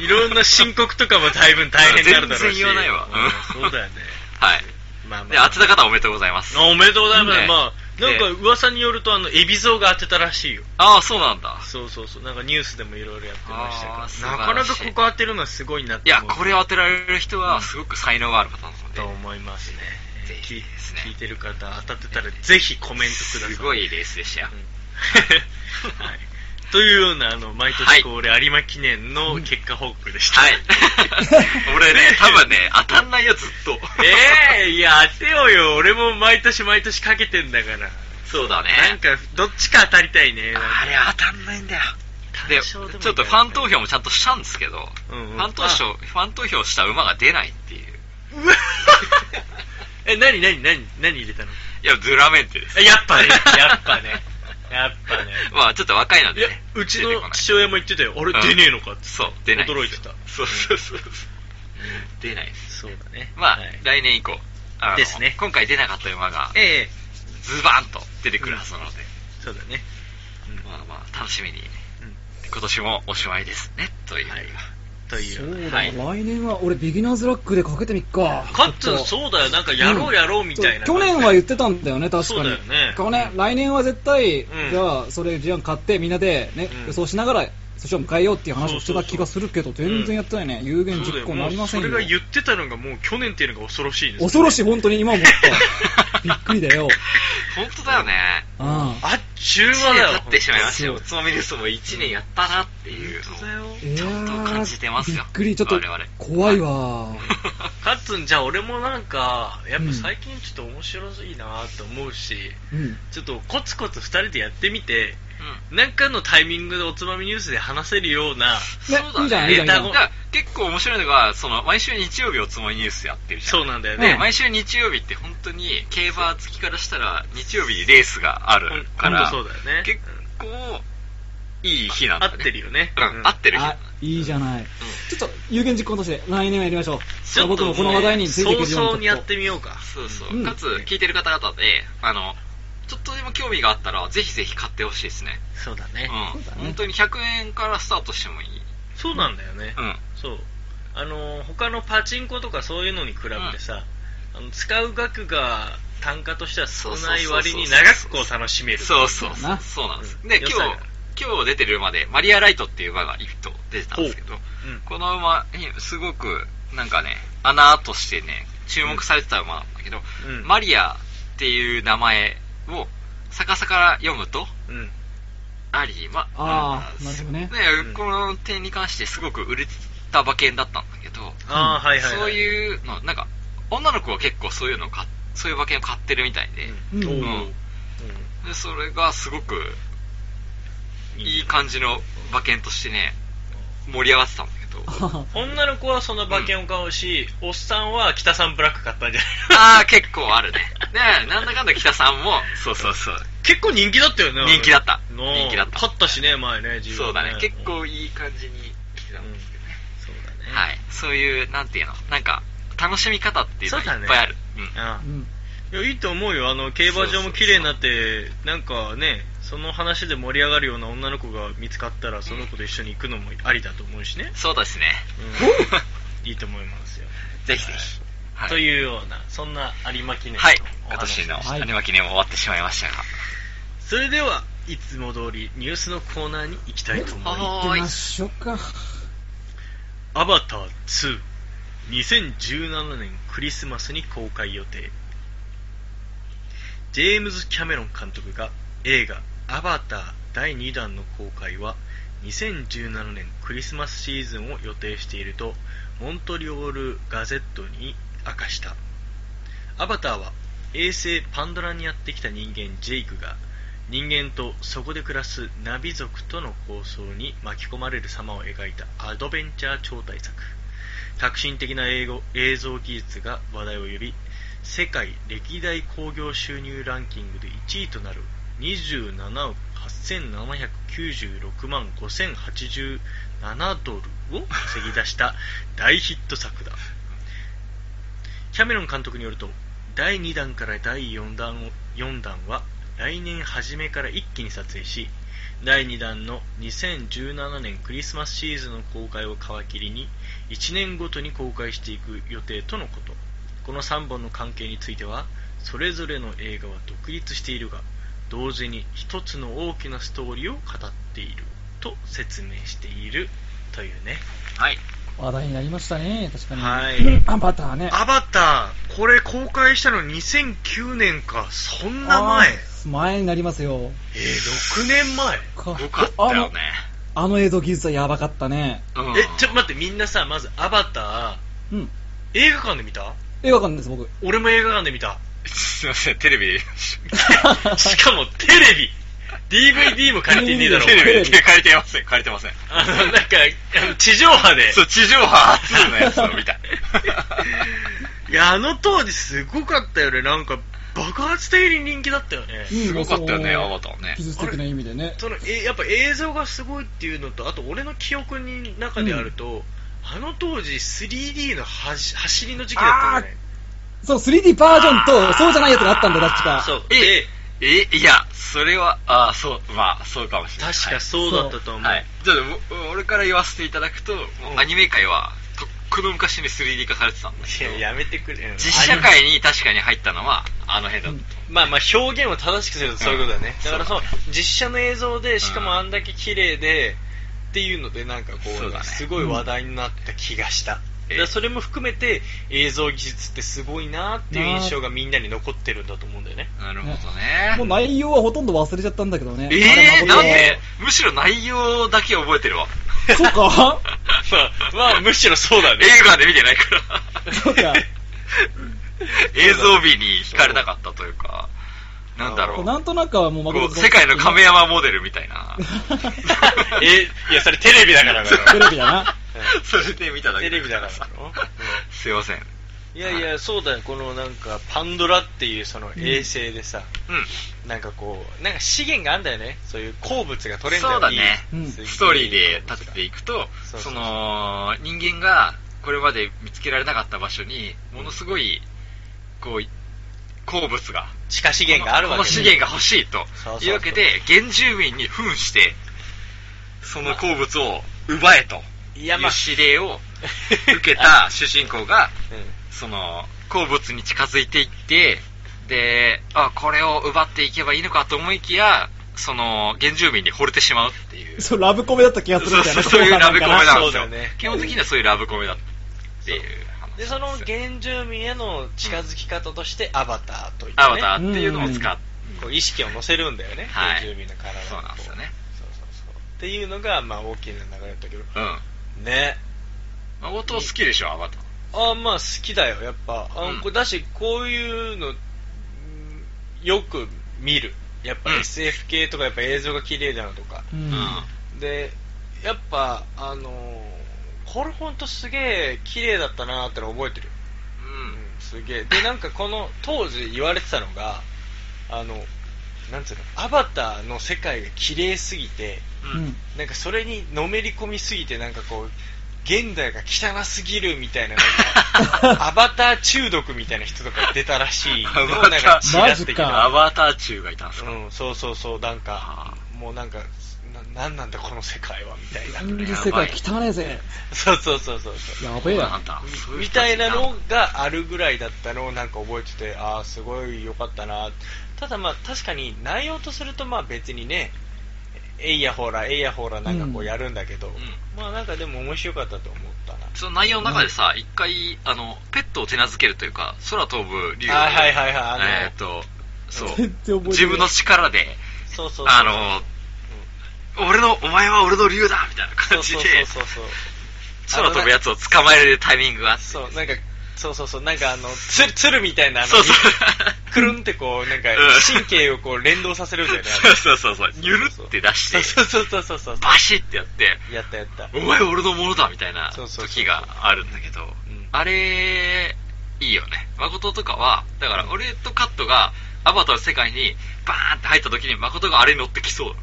いろんな申告とかも大分大変になるだろうし全然言わないわうんそうだ (laughs) よねはい。まあまで、あ当てた方おめでとうございます。おめでとうございます、ねまあなんかね噂によるとあの海老蔵が当てたらしいよああ、そうなんだ。そうそうそうなんかニュースでもいろいろやってましたあー素か晴ららしないかなかここ当てるのはすごいなっいてや、思うこれを当てられる人は、すごく才能がある方なのでと。思いますねぜひ聞いですね聞いてる方当たってたらぜひコメントくださいすごいレースでしたよ。うん (laughs) はいというようなあの毎は年い恒例有馬記念の結果報告でした、 (laughs) はい。俺ね、多分ね、当たん (laughs) ないよ、ずっと。ええいや当てようよ俺も毎年毎年かけてんだから (laughs) そうだね。なんか、どっちか当たりたいね。あれ当たんないんだよ。で、単ちょ勝でもいいんだよねっとファン投票もちゃんとしたんですけど、うんうんファン投票、ファン投票した馬が出ないっていう。 (laughs) え、なになになに何入れたのいや、ドゥラメンテです。やっぱね、 (laughs) やっぱね、やっぱね。 (laughs) まあ、ちょっと若いのいでやね。、うち出てこのない父親も言ってたよ。あれ、うん出ねえのかって。そう、出ない。驚いてた。そうそうそうそう。出ないです。そうだね。まあ、はい来年以降。あのですね今回出なかった馬が、ええ、ズバーンと出てくるはずなので、そうだね。まあまあ、楽しみに、うん今年もおしまいですね、という。 (laughs) はいとそいう。うだ、はい来年は俺ビギナーズラックでかけてみっか。カッツン、そうだよ。なんか、やろうやろうみたいな。去年は言ってたんだよね、確かそうに。だよね去年、来年は絶対、うんじゃあ、それ、ジアン買って、みんなで、ね、うん予想しながら、そっちを迎えようっていう話をしてた気がするけそど、うそうそう全然やってないね。有言そうだ実よ行になりませんよ。もうそれが言ってたのがもう去年っていうのが恐ろしいですね、恐ろしい、本当に今思 (laughs) った。びっくりだよ。本当だよね。うん。えあっちゅう1間だよ年経ってしまいましたよ。おそうつまみですも1年やったなっていう本当だのを。よーちゃんと感じてますよびっくり、ちょっと我々、怖い (laughs) わ。カッツンじゃあ俺もなんかやっぱ最近ちょっと面白いなと思うし、うん。ちょっとコツコツ2人でやってみてうんなんかのタイミングでおつまみニュースで話せるようなねそうだいいじゃんねいいじゃんだからいいじゃだんから結構面白いのが、その、毎週日曜日おつまみニュースやってるじゃん。そうなんだよね、ね毎週日曜日って本当に競馬好きからしたら日曜日にレースがあるから、ほんほんとそうだよね結構いい日なんだね。合ってるよねうんうん合ってる日。あ、いいじゃない。ちょっと、有言実行として、来年はやりましょう。じゃあ僕もこの話題についていけるよう早に々にやってみみようかそうそう。うんかつ、聞いてる方々で、あの、ちょっとでも興味があったら、ぜひぜひ買ってほしいですね。そうだうんね、。本当に100円からスタートしてもいい。そうなんだよね、うん。そうあの他のパチンコとかそういうのに比べてさ、あの使う額が単価としては少ない割に長くこう楽しめるそうそうそうな。そうなんです。うんで、今良日さがある、今日出てる馬で、マリアライトっていう馬が一頭出てたんですけど、うんこの馬、すごく、なんかね、穴としてね、注目されてた馬なんだけど、うんマリアっていう名前を逆さから読むと、うんアリーマ。あーうんなるほどねうんこの点に関してすごく売れた馬券だったんだけど、ああ、はいはい、はい。そういうの、なんか、女の子は結構そういうのを買っそういう馬券を買ってるみたいで、うんおーうんうんでそれがすごくいい感じの馬券としてね、盛り上がってたんだけど、 (laughs) よ女の子はその馬券を買うし、おっさんは北さんブラック買ったんじゃない (laughs) ああ、結構あるね。ねなんだかんだ北さんも、そうそうそう。 (laughs) 結構人気だったよね。人気だったあれ人気だった勝ったしね、前ね、自分そうだね。結構いい感じに来てたんですけどね。そうだね。はい。そういう、なんていうの、なんか、楽しみ方っていうのがいっぱいある。うんあうんあいや、いいと思うよ。あの、競馬場も綺麗になって、なんかね、その話で盛り上がるような女の子が見つかったら、その子と一緒に行くのもありだと思うしね。そうですね。うん、いいと思いますよ。 (laughs) ぜひぜひ。はいというような、そんな有馬記念のはい。お今話年でしたはのい種まき年も終わってしまいましたが。それではいつも通りニュースのコーナーに行きたいと思います行きましょうか。アバター2 2017年クリスマスに公開予定ジェームズ・キャメロン監督が映画「アバター」第2弾の公開は2017年クリスマスシーズンを予定しているとモントリオール・ガゼットに明かしたアバターは衛星パンドラにやってきた人間ジェイクが人間とそこで暮らすナビ族との抗争に巻き込まれる様を描いたアドベンチャー超大作革新的な英語映像技術が話題を呼び世界歴代興行収入ランキングで1位となる27億8796万5087ドルを稼ぎ出した大ヒット作だキャメロン監督によると第2弾から第4弾を4弾は来年初めから一気に撮影し第2弾の2017年クリスマスシーズンの公開を皮切りに1年ごとに公開していく予定とのことこの3本の関係についてはそれぞれの映画は独立しているが同時に一つの大きなストーリーを語っていると説明しているというねはい。話題になりましたね、確かに。はいうんアバターね。アバター、これ公開したの2009年か、そんな前。えあー前になりますよ。ー、6年前。かよかったよね。あの。あの映像技術はやばかったね。うんえ、ちょ、待って、みんなさ、まずアバター、うん。映画館で見た映画館です、僕。 (laughs) 俺も映画館で見た。すいません、テレビで。しかもテレビ DVD も借りてねえだろテレビテレビで借りてません、借りてません。あのなんかあの地上波でそう、地上波初のやつを (laughs) 見た。 (laughs) いやあの当時すごかったよねなんか爆発的に人気だったよねすごかったよね、アバターね。技術的な意味でね。そのえやっぱ映像がすごいっていうのとあと俺の記憶の中であると、あの当時 3D のはし走りの時期だったよねそう、3D バージョンと、そうじゃないやつがあったんだ、どっちか。そうえで、え、いや、それは、あそう、まあ、そうかもしれない。確かそうだったと思う、はい。ちょっと、お俺から言わせていただくと、もうアニメ界は、とっくの昔に 3D 化されてたんですいけどや、やめてくれよ実写界に確かに入ったのは、あの辺だった。まあまあ表現を正しくするとそういうことだね、うんだからその実写の映像でしかうもんあんだけ綺麗で、っていうのでなんかこうそうだねすごい話題になった気がした、だからそれも含めて映像技術ってすごいなっていう印象がみんなに残ってるんだと思うんだよねなるほどね。もう内容はほとんど忘れちゃったんだけどね。えー、なんでで、むしろ内容だけ覚えてるわ。そうか (laughs) まあ、まあ、むしろそうだね映画で見てないから (laughs) そうか。映像美に惹かれなかったというか、なんだろう。なんとなくはもうこ誠うさん世界の亀山モデルみたいな。 (laughs) えいやそれテレビだからだテレビだな。 (laughs) それで見ただけテレビだからだろすいません。うん。 (laughs) いやいやそうだよこのなんかパンドラっていうその衛星でさ、なんかこうなんか資源があんだよねそういう鉱物が取れるんだよそうだねういいん水ストーリーで立てていくと、そそうそうの、人間がこれまで見つけられなかった場所に、ものすごい、こう、鉱物が、地下資源があるわけこの資源が欲しいとそうそうそういうわけで、原住民に扮して、その鉱物を奪えといいやまあう指令を受けた主人公が、 (laughs) うその、鉱物に近づいていって、で、あ、これを奪っていけばいいのかと思いきや、その、原住民に惚れてしまうっていう。そう、ラブコメだった気がすそるみうそ (laughs) たいな。う、そういうラブコメそうなかんそでうすだよよね。基本的にはそういうラブコメだっていう話んでそのですよ原住民への近づき方としてアバターという、ね、アバターっていうのを使っこう意識を乗せるんだよね、はい原住民の体にこそうなんですよねそうそうそうっていうのがまあ大きな流れだったけどうん。ね誠好きでしょ、アバター。あまあ好きだよやっぱあ、うんこだしこういうのうんよく見るやっぱうん SF 系とかやっぱ映像が綺麗だなとか、うんでやっぱあのーこれほんとすげえ綺麗だったなーっての覚えてるようん。うん。うん、すげえでなんかこの当時言われてたのがあのなんつうのアバターの世界が綺麗すぎてうんなんかそれにのめり込みすぎてなんかこう現代が汚すぎるみたいなな (laughs) んかアバター中毒みたいな人とか出たらしいアバターでもなんかちらっとマジうかんアバター中がいたんですか、うん、そうそうそうなんかあもうなんかななんなんだこの世界はみたいな、人間世界汚ねえぜ。そうそうそうそうそうやべえなやん。だ。そううみ人たたちいなのいがあるぐらいだったのをなんか覚えててああすごい良かったなただまあ確かに内容とするとまあ別にねえいやほらえいやほらなんかこううんやるんだけど、んまあなんかでも面白かったと思ったなたその内容の中でさ、一回、あの、ペットを手なずけるというか、空飛ぶ竜をあはいはいはいあのえーっと、そう全然覚えてない。自分の力で、そうそうそうあの、俺の、お前は俺の竜だみたいなそ感うじ (laughs) そでう、そうそう空飛ぶやつを捕まえるタイミングがあって。そうそうなんかそうそうそうなんかあのつるつるみたいなあのそうそう。くるんってこうなんかうん神経をこう連動させるんだよねあそれうそうそう (laughs) そう。ゆるって出してそう、そうそうそうそうバシってやって、 (laughs) やったやったお前俺のものだみたいなそうそうそう時があるんだけどん、あれ、いいよね。誠とかは、だから俺とカットが、アバターの世界にバーンって入った時に誠があれに乗ってき (laughs) そう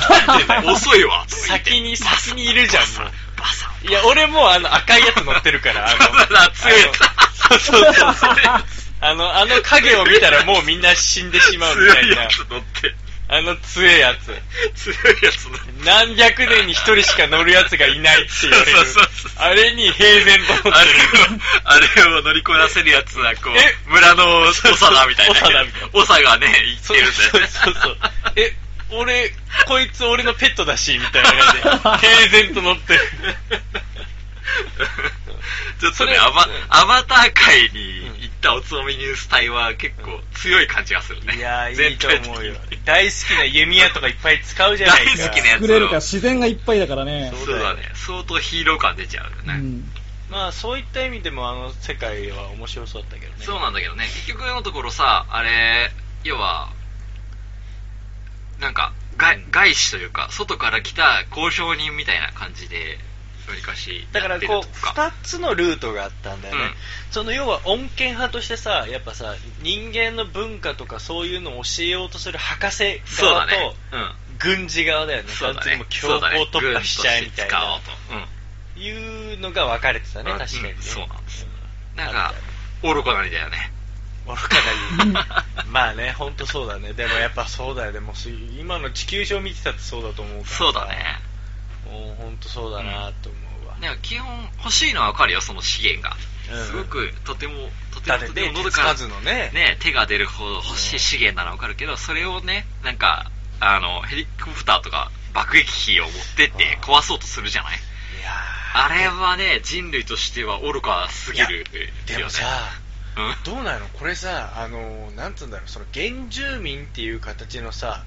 だ遅いわ。先に先にいるじゃんもうバサッいや、俺もうあの赤いやつ乗って (laughs) るから、あの、強いやつあのそうそうそうそう。あの、あの影を見たらもうみんな死んでしまうみた (laughs) 強いいなや。つ乗って、あの強いやつ。強いやつ乗って。何百年に一人しか乗るやつがいないって言われるそうそうそう。あれに平然と乗っあてる。れを、あれを乗りこなせるやつは、こえう、村の長だみたいな。長だみたいな長がね、生きてるんだよね。そうそうそう。え、俺、こいつ俺のペットだし、みたいな (laughs) 感じで、平然と乗ってる。ちょっとねそれアバうん、アバター界に行ったおつまみニュース隊は結構強い感じがするね。いやー、いい全と体的に思うよ。大好きな弓矢とかいっぱい使うじゃないか。大好きなやつ作れるか自然がいっぱいだからね。そうだね。相当ヒーロー感出ちゃうようね。ん。まあそういった意味でもあの世界は面白そうだったけどねそうなんだけどね結局のところさあれ要はなんか外うん外資というか外から来た交渉人みたいな感じでわりかしだからやこってるうとか2つのルートがあったんだよね、うんその要は穏健派としてさやっぱさ人間の文化とかそういうのを教えようとする博士そう側だと、ねうん軍事側だよねそうだ完全にねもう強行突破しちゃえみたいそな、うだね軍としていうのが分かれてたねうん確かにね、うんそうなんですうん使おうと、うん、なんか愚かなりだよね愚かなりまあね本当そうだねでもやっぱそうだよねもうす今の地球上見てたってそうだと思うからさそうだねもう本当そうだなと思うわ、なんか基本欲しいのは分かるよその資源が、うんすごくとてもとてだっもてとてもねのど手つかかなずのねね、手が出るほど欲しい資源ならわかるけど、それをね、なんか、あの、ヘリコプターとか爆撃機を持ってってあ壊そうとするじゃないいやあれはね、人類としては愚かすぎるよね。ーでもさ、うん、どうなのこれさあのなんつうんだろうその原住民っていう形のさ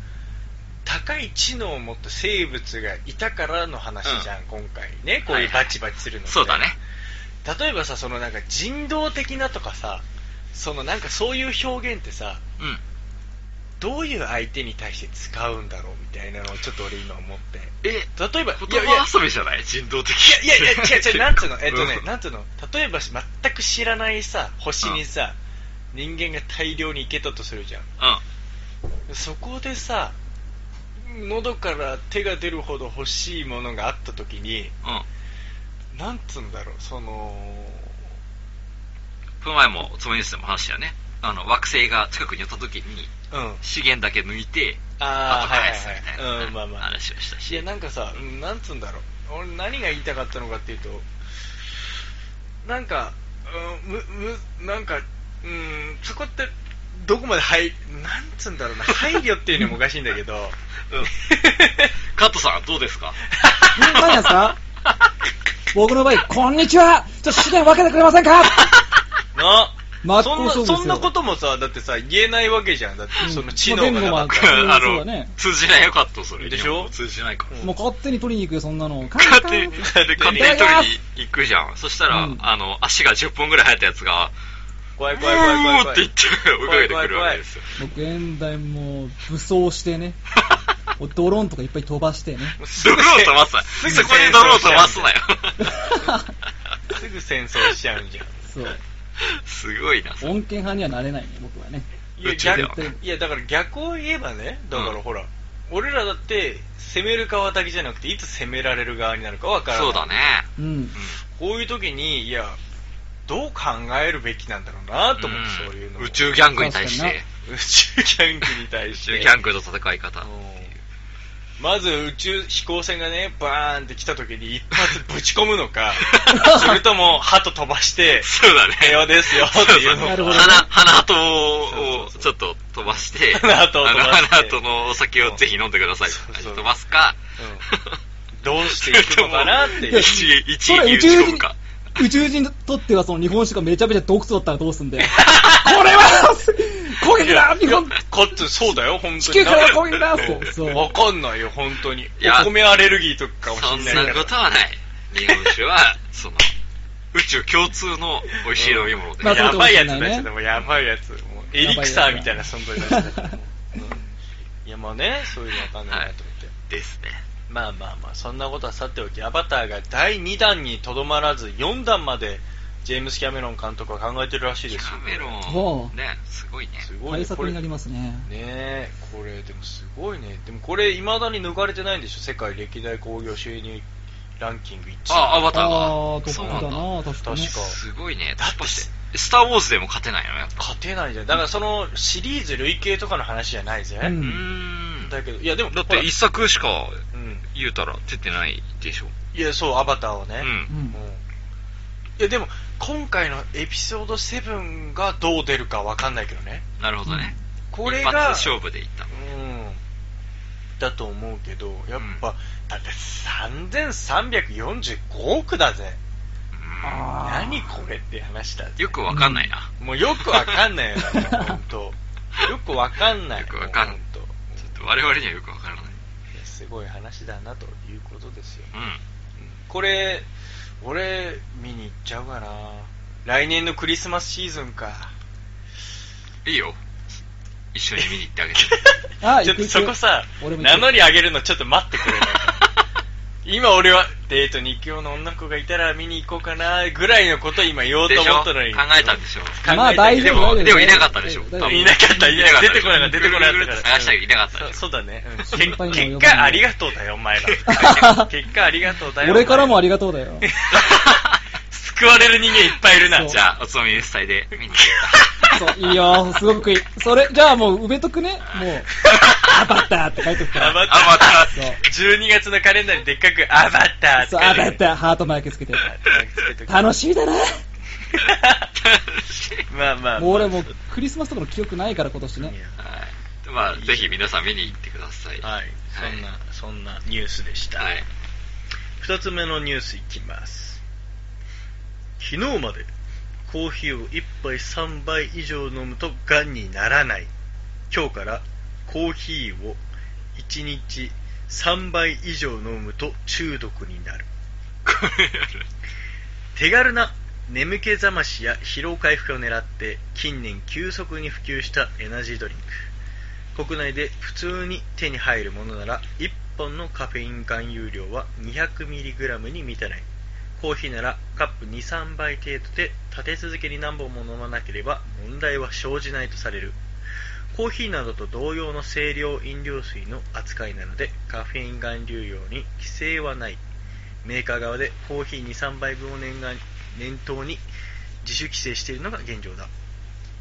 高い知能を持った生物がいたからの話じゃん、今回ねこういうバチバチするのって、そうだね。例えばさそのなんか人道的なとかさそのなんかそういう表現ってさうん。どういう相手に対して使うんだろうみたいなのをちょっと俺今思ってえ、例えばい言やいや葉遊びじゃない人道的。いやいや (laughs) いや違う (laughs) 違うなんつうのえっとねうんなんつうの例えば全く知らないさ星にさ、人間が大量に行けたとするじゃんうん。そこでさ喉から手が出るほど欲しいものがあった時にうん。なんつうんだろうそのこの前も、つもりですでも話したよね。あの、惑星が近くに寄った時に、うん資源だけ抜いて、あああとはい返すみたいな、はいはいうんまあまあ話をしたし。いやなんかさ、うんなんつうんだろう俺何が言いたかったのかっていうとなんか、うん、むむなんかうんそこってどこまで配なんつうんだろうな配慮っていうのもおかしいんだけど (laughs) うんカットさん、どうですかん何ですか僕の場合、こんにちはちょっと資源分けてくれませんか (laughs) な真 (laughs) っそん向な勝負ですよそんなこともさだってさ言えないわけじゃんだってその知能がなかったうんら、そうあその、うだね通じないよ、カット、それ。でしょ通じないから。もう勝手に取りに行くよ、そんなの。勝手に、勝手に取りいただきますに行くじゃん。そしたら、うんあの、足が10本ぐらい生えたやつが、怖い怖い怖いう怖いおー怖っいて言って追いかけてくるわけですよ。もう現代もう武装してね、もうドローンとかいっぱい飛ばしてね。ドローン飛ばすな。すぐそこにドローン飛ばすな (laughs) よ。すぐ戦争しちゃうんじゃんそう。すごいな。穏健派にはなれないね、僕はね。いや宇宙だよ逆いやだから逆を言えばねだからほら、俺らだって攻める側だけじゃなくていつ攻められる側になるかわからないそうだね。うん。こういう時にいやどう考えるべきなんだろうなと思って、うんそういうのを宇宙ギャングに対し確かて。 (laughs) 宇宙キャンクに対宇して宙ギャングの戦い方。うんまず宇宙飛行船がねバーンって来た時に一発ぶち込む (laughs) のかそれとも鳩飛ばしてそうだね。平和ですよっていうのなるかほど花、花とをちょっと飛ばして、花鳩を飛ばしてあの花とのお酒をぜひ飲んでください。そうそう飛ばすか、どうしていくのか (laughs) なって一いう撃一それ撃宇打宙ち込人むか。、宇宙人にとってはその日本史がめちゃめちゃ毒素だったらどうす (laughs) んだよ。これは攻撃だ日本こっちそうだよ本当に地球からの攻撃だそう。そうわ。かんないよ、本当に。いやお米アレルギーとかかもそんしれないなかことら。はない。日本酒は、その、宇宙共通の美味しい飲み物で。まあいややばいやつそうかもだしれないよ、ねでもやばいやつ。もうエリクサーみたいな存在だよ (laughs) うんいや、まあね、そういうのわかんないなと思って。ですね。まあまあまあ、そんなことはさておき、アバターが第2弾にとどまらず、4弾まで、ジェームス・キャメロン監督は考えてるらしいキですよャ。メロほン、うね、すごいね。すごいね対策になりこますね。れねえ、これ、でもすごいね。でもこれ、未だに抜かれてないんでしょ世界歴代興行収入ランキング1位。あ、アバターああ、トが。そうッなプんだだ。な、確かに。確かすごいね。だってスター・ウォーズでも勝てないのやっぱ。勝てないじゃんだからそのシリーズ累計とかの話じゃないぜ、ううんん。だだけどいやでもって一作しかほらうん言うたら出てないでしょ。いやそうアバターはう、。ねうんうんん。いやでも今回のエピソード7がどう出るかわかんないけどねなるほどね。これ一が発勝負でいった。うんだと思うけどやっぱ、だって3345億だぜうんあー何これって話だぜよくわかんないな。もうよくわか (laughs) んないよなもうほんとよくわかんないよくわかんもうほとちょっと我々にはよくわからない。いやすごい話だなということですようん。これ俺、見に行っちゃうかな。来年のクリスマスシーズンか。いいよ。一緒に見に行って (laughs) あげて。 (laughs) あちょっとそこさ、俺も名行く乗り上げるのちょっと待ってくれない今俺はデートに行くような女の子がいたら見に行こうかなぐらいのことを今言おうでとしょ思っ考たのに。えたんでしょまあ大で丈も、夫大丈夫でもいなかったでしょ。多大丈夫分いなかった、いやいなかった出てこなかった、出てこなかったから。探したけどいなかったでしょそうそうだね。うん心結配な結呼ばない果ありがとうだよ、お前ら。 (laughs) 結果ありがとうだよ。俺からもありりがとうだよ。救われる人間いっぱいいるな。そうじゃあ、おつまみです隊で見に行ってそう、いいよ、すごくいい。それ、じゃあもう、埋めとくね。もう、アバターって書いとくかアら。バタあ、また。そう、ー。12月のカレンダーにでっかくアバターってそう、書アいてあバる。ター、ハートマークつけて。楽楽しみだな。しい。 (laughs) まあまあ。もう俺もう、クリスマスとかの記憶ないから今年ね。はい (laughs) まあ、ぜひ皆さん見に行ってください。はい、そんな、そんなニュースでした。はい。二つ目のニュースいきます。昨日までコーヒーを1杯3杯以上飲むと癌にならない。今日からコーヒーを1日3杯以上飲むと中毒になる。こ手軽な眠気覚ましや疲労回復を狙って近年急速に普及したエナジードリンク国内で普通に手に入るものなら1本のカフェイン含有量は 200mg に満たないコーヒーならカップ23杯程度で立て続けに何本も飲まなければ問題は生じないとされるコーヒーなどと同様の清涼飲料水の扱いなのでカフェイン含有量に規制はないメーカー側でコーヒー23杯分を念願念頭に自主規制しているのが現状だ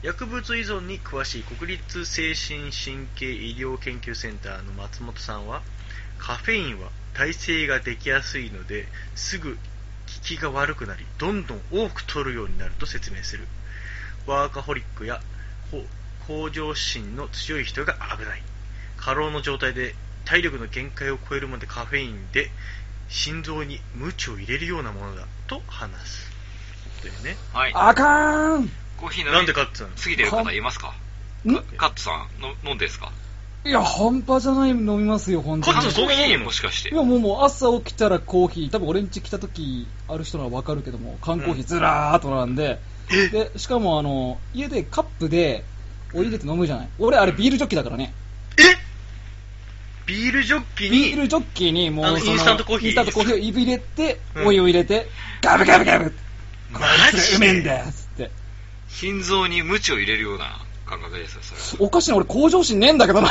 薬物依存に詳しい国立精神神経医療研究センターの松本さんはカフェインは耐性ができやすいのですぐ効きが悪くなりどんどん多く取るようになると説明するワーカホリックやこ向上心の強い人が危ない過労の状態で体力の限界を超えるまでカフェインで心臓に無知を入れるようなものだと話すというねれはい。あかーん。コーヒー飲みなんでかっつうの過ぎてる方いますかんカットさん、の飲んでですかいや、半端じゃない飲みますよ、本当カにッ。トコーヒ飲むーのもしかして。今もうもう朝起きたらコーヒー、多分俺ん家来た時ある人ならわかるけども、缶コーヒーずらーっと並 (laughs) んで、で、しかもあの、家でカップでお湯入れて飲むじゃない。俺あれビールジョッキだからね。えビールジョッキビーにルジョッキにもあうのそのインスタントコーヒーインスタントコーヒーを入れて、うんお湯を入れて、ガブガブガブこマれうめえんだよっつって。心臓に無知を入れるような感覚ですよ、それは。おかしいな、俺向上心ねえんだけ (laughs) どな。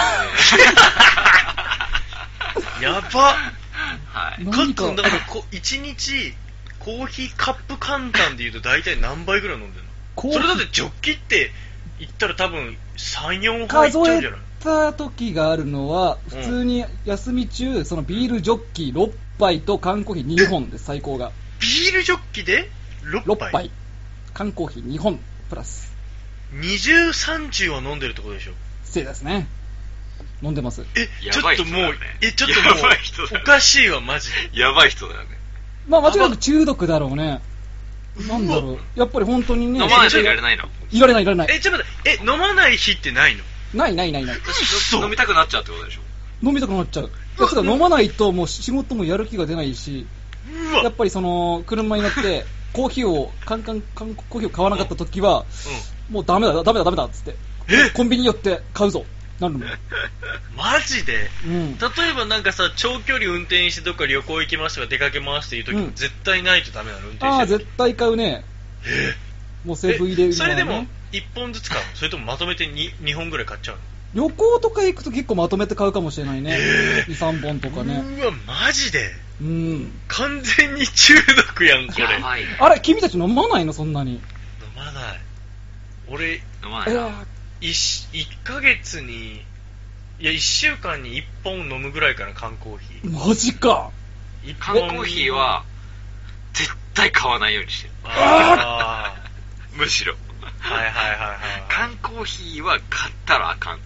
やばはい。カッ何かトだからこ1日コーヒーカップ簡単で言うと大体何杯ぐらい飲んでるコーのヒそーれだってジョッキって言ったら多分34杯いっ数ちゃうんえじゃないた時があるのは、普通に休み中、そのビールジョッキ6杯と缶コーヒー2本です、最高が。ビールジョッキで6 6杯杯。缶コーヒー2本、プラス。 2030は飲んでるってことでしょせいですね。飲んでます。え、やちょばっいと人だもようね、え、ちょっともうやばい人だよねおかしいわ、マジで。 (laughs) やばい人だよね。まあ間違いなく中毒だろうね。なんだろううわ。やっぱり本当にね。飲まないといられない。ないの。いられない、いられない。え、ちょっと待って、え、飲まない日ってないのないないないない。私飲みたくなっちゃうってことでしょ。飲みたくなっちゃう。いやつうか飲まないともう仕事もやる気が出ないし、うわ、やっぱりその、車に乗って、コーヒーを、カンカン、カンコーヒーを買わなかった時は、もうダメだ、ダメだ、ダメだ、っつって。コンビニ寄って買うぞ。なるのも。 (laughs) マジでうん。例えばなんかさ、長距離運転してどっか旅行行きますとか出かけますっていう時もうん絶対ないとダメなの、運転あしあ、てる絶対買うね。もうセーフ入れるえみそたいれでなもね。 1本ずつ買うのそれともまとめて 2, 2本ぐらい買っちゃうの旅行とか行くと結構まとめて買うかもしれないね。2、3本とかね。うわ、マジでうん。完全に中毒やん、これ。や飲ばいね。あれ、君たち飲まないのそんなに。まない。俺、飲まいないな。や一1ヶ月にいや1週間に1本飲むぐらいかな缶コーヒーマジか。一缶本コーヒーは、絶対買わないようにしてる。あ (laughs) むしろ。あはいはいはいはい缶コーヒーは買ったらあかん。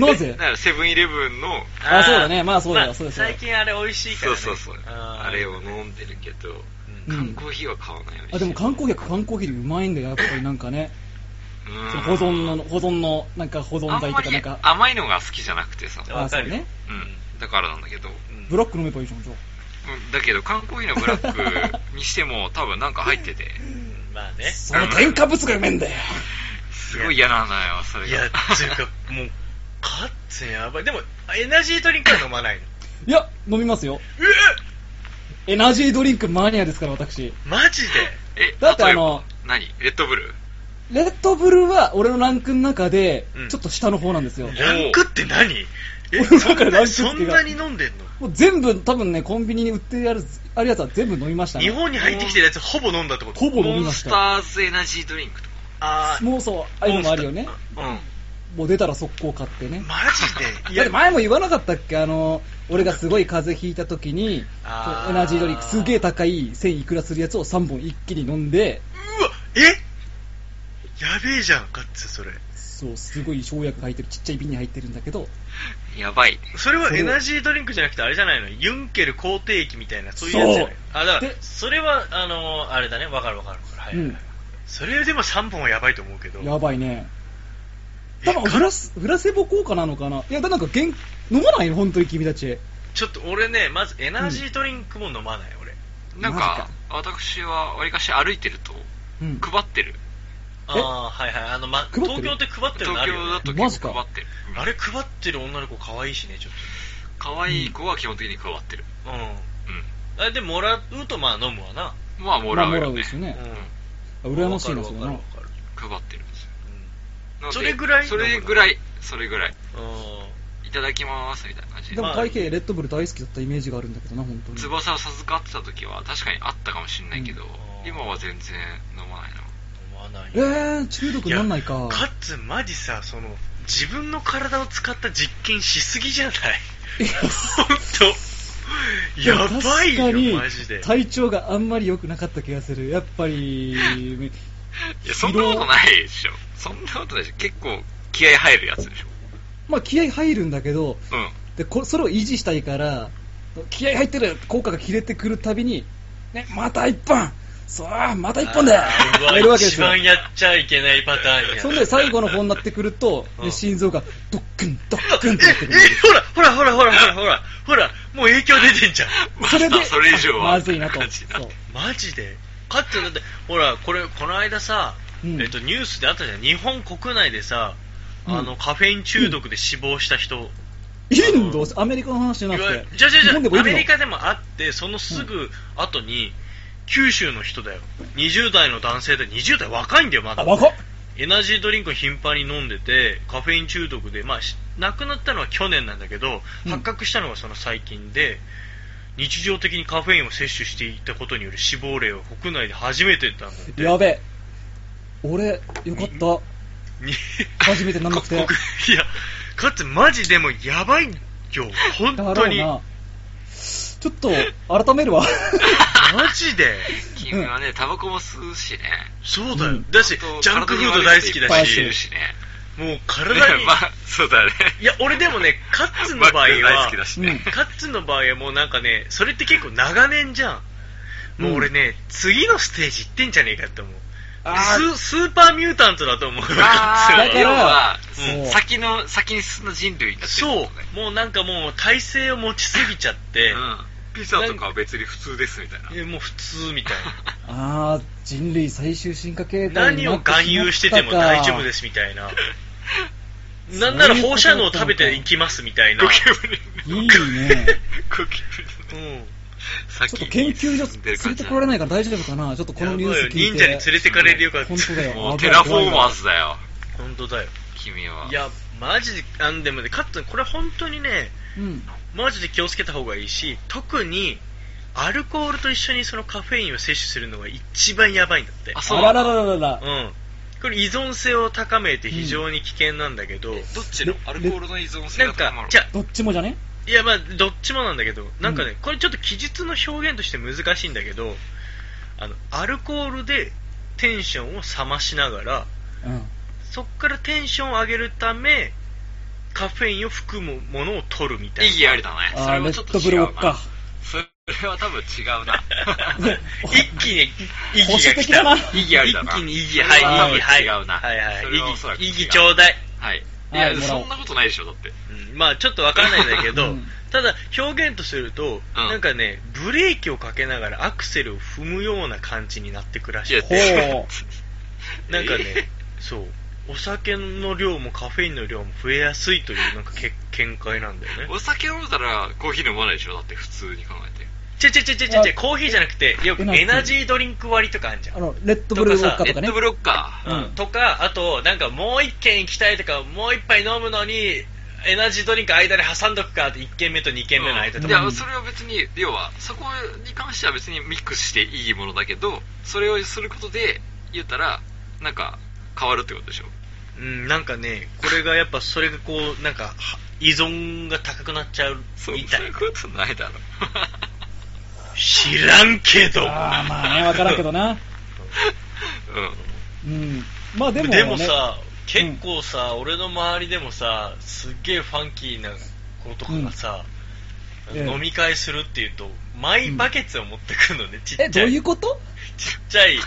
なぜ (laughs) だからセブンイレブンの、あそうだねまあそうだよまそうだよそうだよ最近あれ美味しいかそらうねそうそう。あーあれを飲んでるけど、う缶ん。コーヒーは買わないようにしてる。あ、でも缶コーヒーは缶コーヒーでうまいんだよ、やっぱりなんかね。うんその保存の、保存の、なんか保存あん剤まとかなりんか。甘いのが好きじゃなくてさ。わあ、かそるうよね。うん。だからなんだけど、うんブロック飲めばいいじゃん、じゃあ。うんだけど缶コーヒーのブラックにして (laughs) も多分なんか入っててうんまあね。その添加物がうめえんだよ。すごい嫌なのよそれいがや、つうか、もう、カッツンやばい。でも、エナジードリンクは飲まないの。いや、飲みますよ。うえエナジードリンクマニアですから、私。マジで (laughs) えだって例えばあの何レッドブルレッドブルは俺のランクの中でうん、ちょっと下の方なんですよ。ランクって何え、俺そんだからランクってながそんなに飲んでんのもう全部、多分ね、コンビニに売ってあるあるやつは全部飲みましたね。日本に入ってきてるやつほぼ飲んだってことほぼ飲みモまンしスたよ。ターズエナジードリンクとかあーもうそう、ああいうのもあるよね。うんもう出たら速攻買ってね。マジでいだっやて、前も言わなかったっけあの、俺がすごい風邪ひいた時に、あーエナジードリンクすげえ高い1000いくらするやつを3本一気に飲んで、うわ、えやべえじゃん、カッツンそれ。そう、すごい生薬入ってる、ちっちゃい瓶に入ってるんだけど、やばいそれはそれエナジードリンクじゃなくてあれじゃないのユンケル肯定液みたいなそういうやつじゃないそうあだからでそれはあのーあれだねわかるわかるわかるはい、はういんそれでも3本はやばいと思うけどやばいね。多分グラス、グラセボ効果なのかないや、だなんか原、飲まないの本当に君たち。ちょっと俺ねまずエナジードリンクも飲まない、俺なんマジか私はわりかし歩いてるとうん。配ってるああはいはいあの、ま、配ってる東京って配ってるのあ東るよ、京だね、とマジ結か構配ってるうんあれ配ってる女の子可愛いしねちょっ可愛い子は基本的に配ってるとううんあでもらうとまあ飲むわな、んまあもまあらもうらようねですよね。うあ羨ましいな、わかそるわかるれなわ。かる配ってるんですよなのでそれぐらいそれぐらいそれぐらいうんうんいただきますみたいな感じででも大平、レッドブル大好きだったイメージがあるんだけどな、本当に。翼を授かってた時は確かにあったかもしれないけど、うん今は全然飲まないな飲まないえー、中毒になんないいやか。かつマジさその自分の体を使った実験しすぎじゃない本当やばいでよもマジで体調があんまり良くなかった気がする。やっぱり、いやそんなことないでしょそんなことないでしょ結構気合入るやつでしょまあ気合入るんだけうど、んでこそれを維持したいから気合入ってる効果が切れてくるたびに、ね、また一本そうまた一本だあーうわやるわけです一よ番やっちゃいけないパターンやそんで最後の方になってくると、うんね心臓がドックンドックえンえってなってくるほらほらほらほらほらほらほらもう影響出てんじゃんそれでまあそれ以上はまずいなと感じになっそうてマジでかつだってほらこれこの間さ、うんえっとニュースであったじゃん日本国内でさあの、うんカフェイン中毒で死亡した人、インドアメリカの話じゃいなわくゆるてじゃあじゃあじ日本でもゃあいアるメのリカでもあってそのすぐ後に、九州の人だよ20代の男性で20代若いんだよまあだ若っエナジードリンクを頻繁に飲んでてカフェイン中毒で、まあ、し亡くなったのは去年なんだけどうん発覚したのがその最近で、日常的にカフェインを摂取していたことによる死亡例は国内で初めてだもんでやべえ俺よかったに初めてなんなくてこ (laughs) 国いやかつマジでもやばいよ本だ当ろうになちょっと改め (laughs) るわマジで君はねタバコも吸うしねそうだよ、うんだしあとジャンクフード大好きだ体に悪いこといっぱいあしる吸うしねもう体 (laughs) に、まあそうだねいや俺でもねカッツンの場マ合ック大は好きだしね、うんカッツンの場合はもうなんかねそれって結構長年じゃんもう俺ね、次のステージ行ってんじゃねえかって思うあーススーパーミュータントだと思うカッツンーあだあから要はは、うん先の先に進んだ人類になってるそんうだねもうなんかもう体勢を持ちすぎちゃって、うん、ピザとかは別に普通ですみたいないやもう普通みたいなあー人類最終進化形態何になをってしまったか含有してても大丈夫ですみた (laughs) いな。なんなら放射能を食べていきますみたいな。ゴキブリいいね。ゴキブリうん。ちょっと研究所連れてこられないから大丈夫かなちょっとこのニュース聞いて。やばいよ忍者に連れてかれるよか本当だよ。もう危テないラフォーマーズだよ本当だよ。君はいや、マジで、あんでもね、カットン、これ本当にね、うん。マジで気をつけた方がいいし、特に、アルコールと一緒にそのカフェインを摂取するのが一番やばいんだって。あそうあらららららら。うん。これ依存性を高めて非常に危険なんだけど、どっちのアルコールの依存性ながん高まかる、じゃあどっちもじゃねいやまあどっちもなんだけどなんかね、うんこれちょっと記述の表現として難しいんだけどあのアルコールでテンションを冷ましながらうん。そこからテンションを上げるためカフェインを含むものを取るみたい意な義ありだねそあれー、レはちょっッとドブル違ウォうッカな。それは多分違 (laughs) うな (laughs) 一気に意保守義が的来だなた意義ありだな一気に意義はいはい意義はい違うなはいはいそ意れはおそらく義違う意義ちょうだい、はいいはやいもらおそうんなことないでしょだってうんまあちょっとわからないんだけど、うんたただ表現とすると、なんかねブレーキをかけながらアクセルを踏むような感じになってくらしいいや (laughs) ほなんかね、そうお酒の量もカフェインの量も増えやすいというなんかけ見解なんだよねお酒飲んだらコーヒー飲まないでしょだって普通に考えて。ちょちょちょちょちょコーヒーじゃなくてよくエナジードリンク割とかあるじゃんあの、レッドブルウォッカレとかッねド。ブロッカー。うんとか、あと、なんかもう一軒行きたいとか、もう一杯飲むのに、エナジードリンク間に挟んどくかって、1軒目と2軒目の間うとんいか。や、それは別に、要は、そこに関しては別にミックスしていいものだけど、それをすることで、言ったら、なんか、変わるってことでしょ。うん、なんかね、これがやっぱそれがこう、なんか、は依存が高くなっちゃうそみんたないな。ことない (laughs) だろ。知らんけど。ああ、まあね、わからんけどな。う。うん。まあでも、ね、 (laughs) でもさ、結構さ、俺の周りでもさ、すっげえファンキーな子とかがさ、うんええ飲み会するっていうと、マイバケツを持ってくるのね、ちっちゃい。え、どういうことちっちゃい、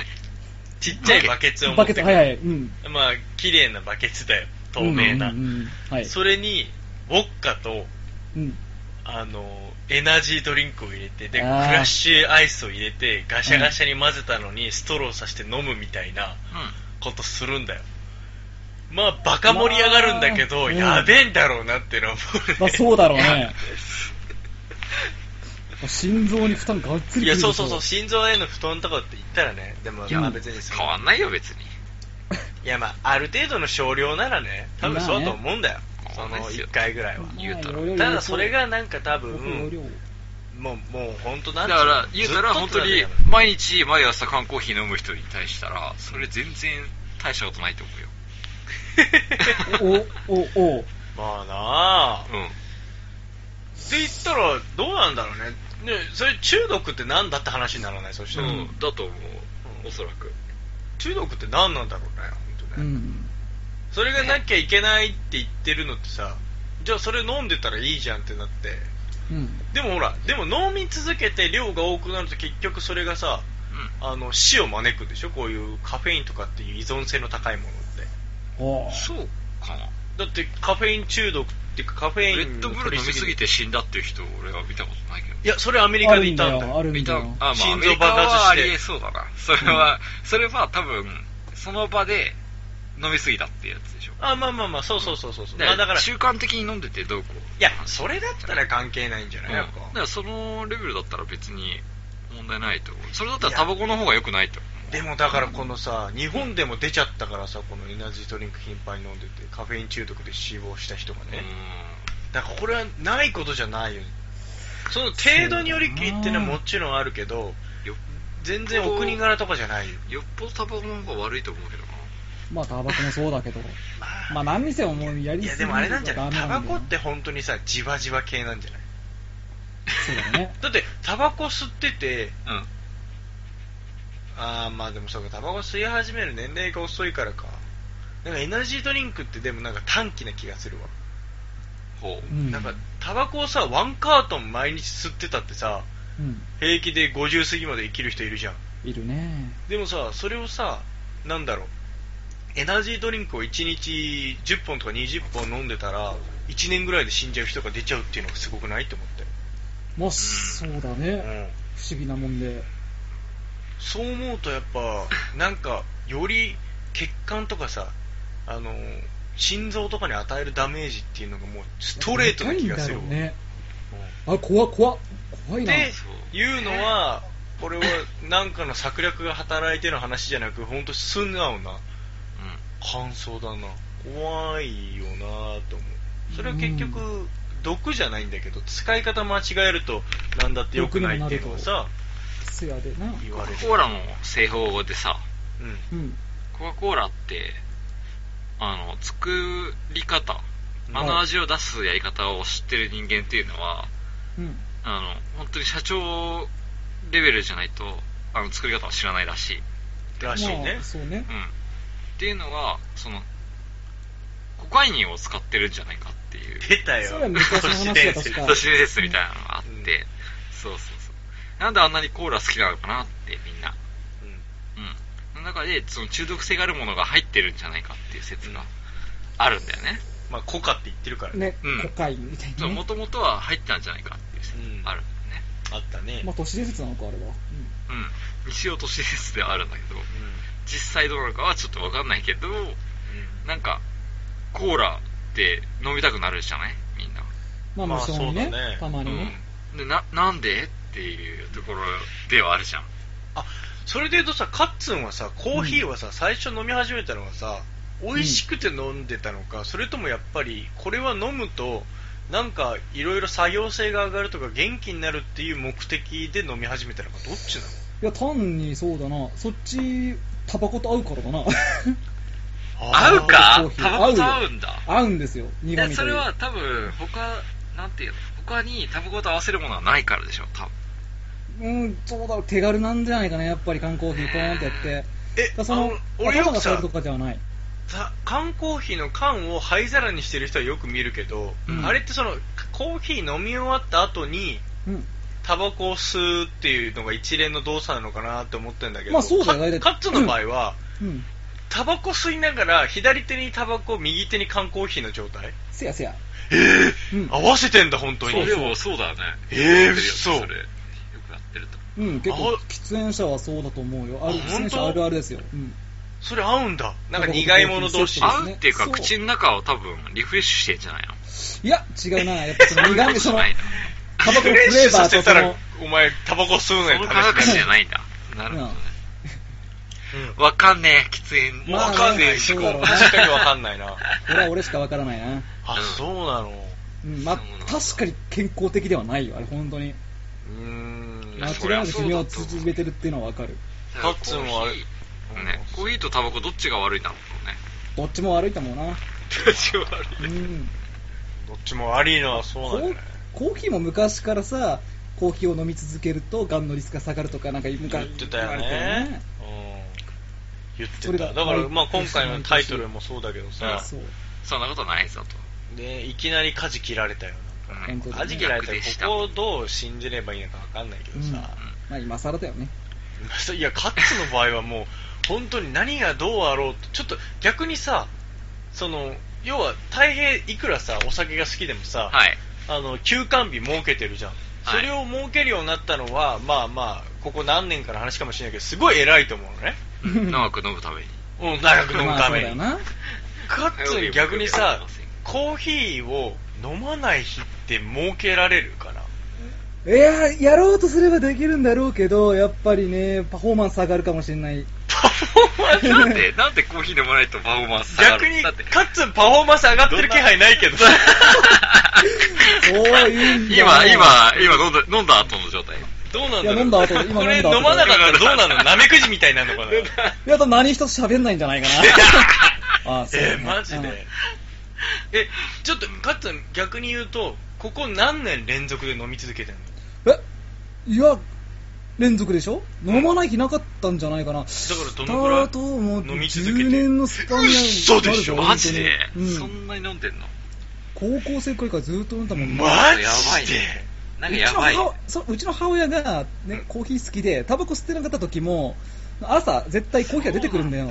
ちっちゃいバケツを持バってケくツ、る。はいはい。うん。まあ、綺麗なバケツだよ。透明な。うんうんうんはい。それに、ウォッカと、うん。あの、エナジードリンクを入れて、で、クあーラッシュアイスを入れて、ガシャガシャに混ぜたのに、ストローさして飲むみたいなんことするんだよ。まあ、バカ盛り上がるんだけまど、あやべえんだろうなってのは思うねまあそうだろう (laughs) ね。心臓に負担がっつりいや、くるでしょそうそうそう、心臓への布団とかって言ったらね、でも、いやまあ別にその変わんないよ、別に。いや、まあ、ある程度の少量ならね、多分そうだと思うんだよ。まあそねの1回ぐらいは。言うたらまあただそれ、がなんか多容量分、容量もう、もう本当なだんかうのら、言うたら、ずっ本と当にだよ、毎日、毎朝缶コーヒー飲む人に対したら、それ全然大したことないと思うよ。 (laughs) (laughs) お、お、お。まあなあ。うん。って言ったら、どうなんだろうね。ね、それ中毒ってなんだって話にならないそしたら、うん、だと思う、おそらく。中毒って何なんだろうね、本当うね。ん。それがなきゃいけないって言ってるのってさ、じゃあそれ飲んでたらいいじゃんってなって。うん。でもほら、でも飲み続けて量が多くなると結局それがさ、うん。あの死を招くでしょこういうカフェインとかっていう依存性の高いものっておーそうかな。だってカフェイン中毒っていうかカフェインレッドブル飲みすぎて死んだっていう人、俺は見たことないけど。いやそれアメリカでいたんだよあるんだよ、あるんだよ。あ、まあ、ア心メ臓リカ爆発してはありえそうだな。それは、それは多分、その場で飲みすぎたってやつでしょ。あまあまあまあそうそうそうそうそう、でまあ、だからい習慣的に飲んでてどうこう。やそれだったら関係ないんじゃうなんいやっだかぱらそのレベルだったら別に問題ないと思う。それだったらタバコの方が良くないと思でもだからこのさ日本でも出ちゃったからさこのエナジードリンク頻繁に飲んでてカフェイン中毒で死亡した人がう。ね、うだからこれはないことじゃないよその程度によりきりってのはもちろんあるけどんよ。全然お国柄とかじゃないよよっぽどタバコの方が悪いと思うけどな。まあ、タバコもそうだけど。まあ、何にせよもうやりいやすぎでもあれなんじゃないダタメなバんだコよって本当にさじわじわ系なんじゃないそうだね。 (laughs) だってタバコ吸っててうん。ああまあでもそうかタバコ吸い始める年齢が遅いからかなんかエナジードリンクってでもなんか短期な気がするわ、ほう。うん。なんかタバコをさワンカートン毎日吸ってたってさうん。平気で50過ぎまで生きる人いるじゃんいるね。でもさそれをさなんだろうエナジードリンクを1日10本とか20本飲んでたら1年ぐらいで死んじゃう人が出ちゃうっていうのがすごくないと思ってまあ、そうだね。うん不思議なもんで。そう思うとやっぱなんかより血管とかさあの心臓とかに与えるダメージっていうのがもうストレートな気がする痛いわんだろうね。あ、怖っ怖っ怖ういんな。でそういうのはこれはなんかの策略が働いての話じゃなく本当素直な感想だな怖いよなと思うそれは結局、毒じゃないんだけど使い方間違えるとなんだって良くないっていうのがさせやでな。言コわれカ・るコーラの製法でさ、うんうん。コカ・コーラって、あの、作り方、あうんの味を出すやり方を知ってる人間っていうのは、うん。あの、本当に社長レベルじゃないと、あの、作り方は知らないらしい。らしいねまあそうねう。ん。っていうのが、その、コカインを使ってるんじゃないかっていう、出たよそれは昔の話だ、都市伝説確か。都市伝説みたいなのがあって、うんそうそうそう。なんであんなにコーラ好きなのかなって、みんな。うんうん。その中で、その中毒性があるものが入ってるんじゃないかっていう説があるんだよね。まあ、コカって言ってるからね。ね、うんコカインみたいなね、もともとは入ってたんじゃないかっていう説うんあるんだよね。あったね。まあ、都市伝説なのか、あれは。うん。西尾都市説ではあるんだけど、うん実際どうなのかはちょっとわかんないけど、なんか、コーラって飲みたくなるじゃないみんな。まあ、まあ無性にそうねだね、たまにね。うん。で、な、なんでっていうところではあるじゃん。それで言うとさ、カッツンはさ、コーヒーはさ、最初飲み始めたのはさ、美味しくて飲んでたのか、それともやっぱり、これは飲むと、なんか、いろいろ作業性が上がるとか、元気になるっていう目的で飲み始めたのか、どっちないや、単にそうだな、そっち、タバコと合うからかな。の合うコかーヒータバコと合合うようんだ。合うんですよ、苦味といでうそれは多分、他、なんていうの他にタバコと合わせるものはないからでしょ、多分。うん、そうだろう、手軽なんじゃないかな、やっぱり缶コーヒー、ポーンってやって。だからえ、そそのの、、俺よ頭くがされるさと、かではない。さ缶コーヒーの缶を灰皿にしてる人はよく見るけど、うんあれってその、コーヒー飲み終わった後に、うん。タバコを吸うっていうのが一連の動作なのかなって思ってるんだけど、まあそうだよカ大体カッツンの場合は、うん。タバコ吸いながら左手にタバコ右手に缶コーヒーの状態せやせや。えうん合わせてんだ本当にそうそうそうだよね。えーやってるよね嘘それよくやってると。うん、結構、喫煙者はそうだと思うよ。あるあ喫煙本当者あるあるですよ。うん。それ合うんだなんか苦いもの同士そあですね合うっていうか、そう口の中を多分リフレッシュしてんじゃないのいや、違うな。やっぱその苦味、その、ないなタバコのフフレッシレューバさーとせそたのら、お前タバコ吸うそののに科学試し値てじゃないんだ。なるほどね。 (laughs) うんわかんねえ、喫煙。もうわかんねえしまあねこう確かにわかんないなこれは (laughs) 俺しかわからないな。あそうなのうん、まあそうなんだ、確かに健康的ではないよ、あれ、本当に。うーんや間そり違いゃなくそうだと思寿命うを縮めてるっていうのはわかる。カッツンはあれコーヒーね、コーヒーとタバコどっちが悪いんだろうね。どっちも悪いと思うな。どっちが悪 (laughs) うい。ん。どっちも悪いのはそうコなんじゃーないコーヒーも昔からさ、コーヒーを飲み続けると、がんのリスクが下がるとか、なんか昔言ってたよ言われてるねうん言ってそれたがだからまあ悪今い回のタイトルもそうだけどさそう。そんなことないぞでいきなり舵切られたよと。なんか本当だね舵切られたら逆でしたここをどう信じればいいのかわかんないけどうんさ、まあ、今更だよね。いや、カッツの場合はもう、本当に何がどうあろうと、ちょっと逆にさ、その、要は、大平、いくらさ、お酒が好きでもさ、はい。あの、休館日設けてるじゃん。それを設けるようになったのは、まあまあ、ここ何年かの話かもしれないけど、すごい偉いと思うのね。 (laughs) 長く飲むために。うん、長く飲むまあ、たそうめだよに。な。カッツに逆 (laughs) にさ、コーヒーを飲まない日って設けられるかないやー、やろうとすればできるんだろうけど、やっぱりね、パフォーマンス上がるかもしれない。なんで、なんでコーヒー飲まないとパフォーマンス下がる逆に、だって、カッツンパフォーマンス上がってる気配ないけどさ。そういうんだ (laughs) 今、今、今飲んだ、飲んだ後の状態。どうなんいだろやう飲んだ後今これ飲ん飲だ後まなかったらどうなのなめくじみたいになるのかないや、と何一つ喋んないんじゃないか (laughs) な。あそうえだー、ねマジで、うんえちょっとかつ逆に言うとここ何年連続で飲み続けてんのだえいや、連続でしょ飲まない日なかったんじゃないかな。だかからどのくらいともう飲み続けて10年のスパンになる嘘でしょなるマジで、本当にそうんんなに飲んでんの高校生くらいからずっと飲んだもんねマジやばいでねなんかうちやのばい。母そううちの母親が、ね、コーヒー好きで、タバコ吸ってなかった時も、朝、絶対コーヒーが出てくるんだよ。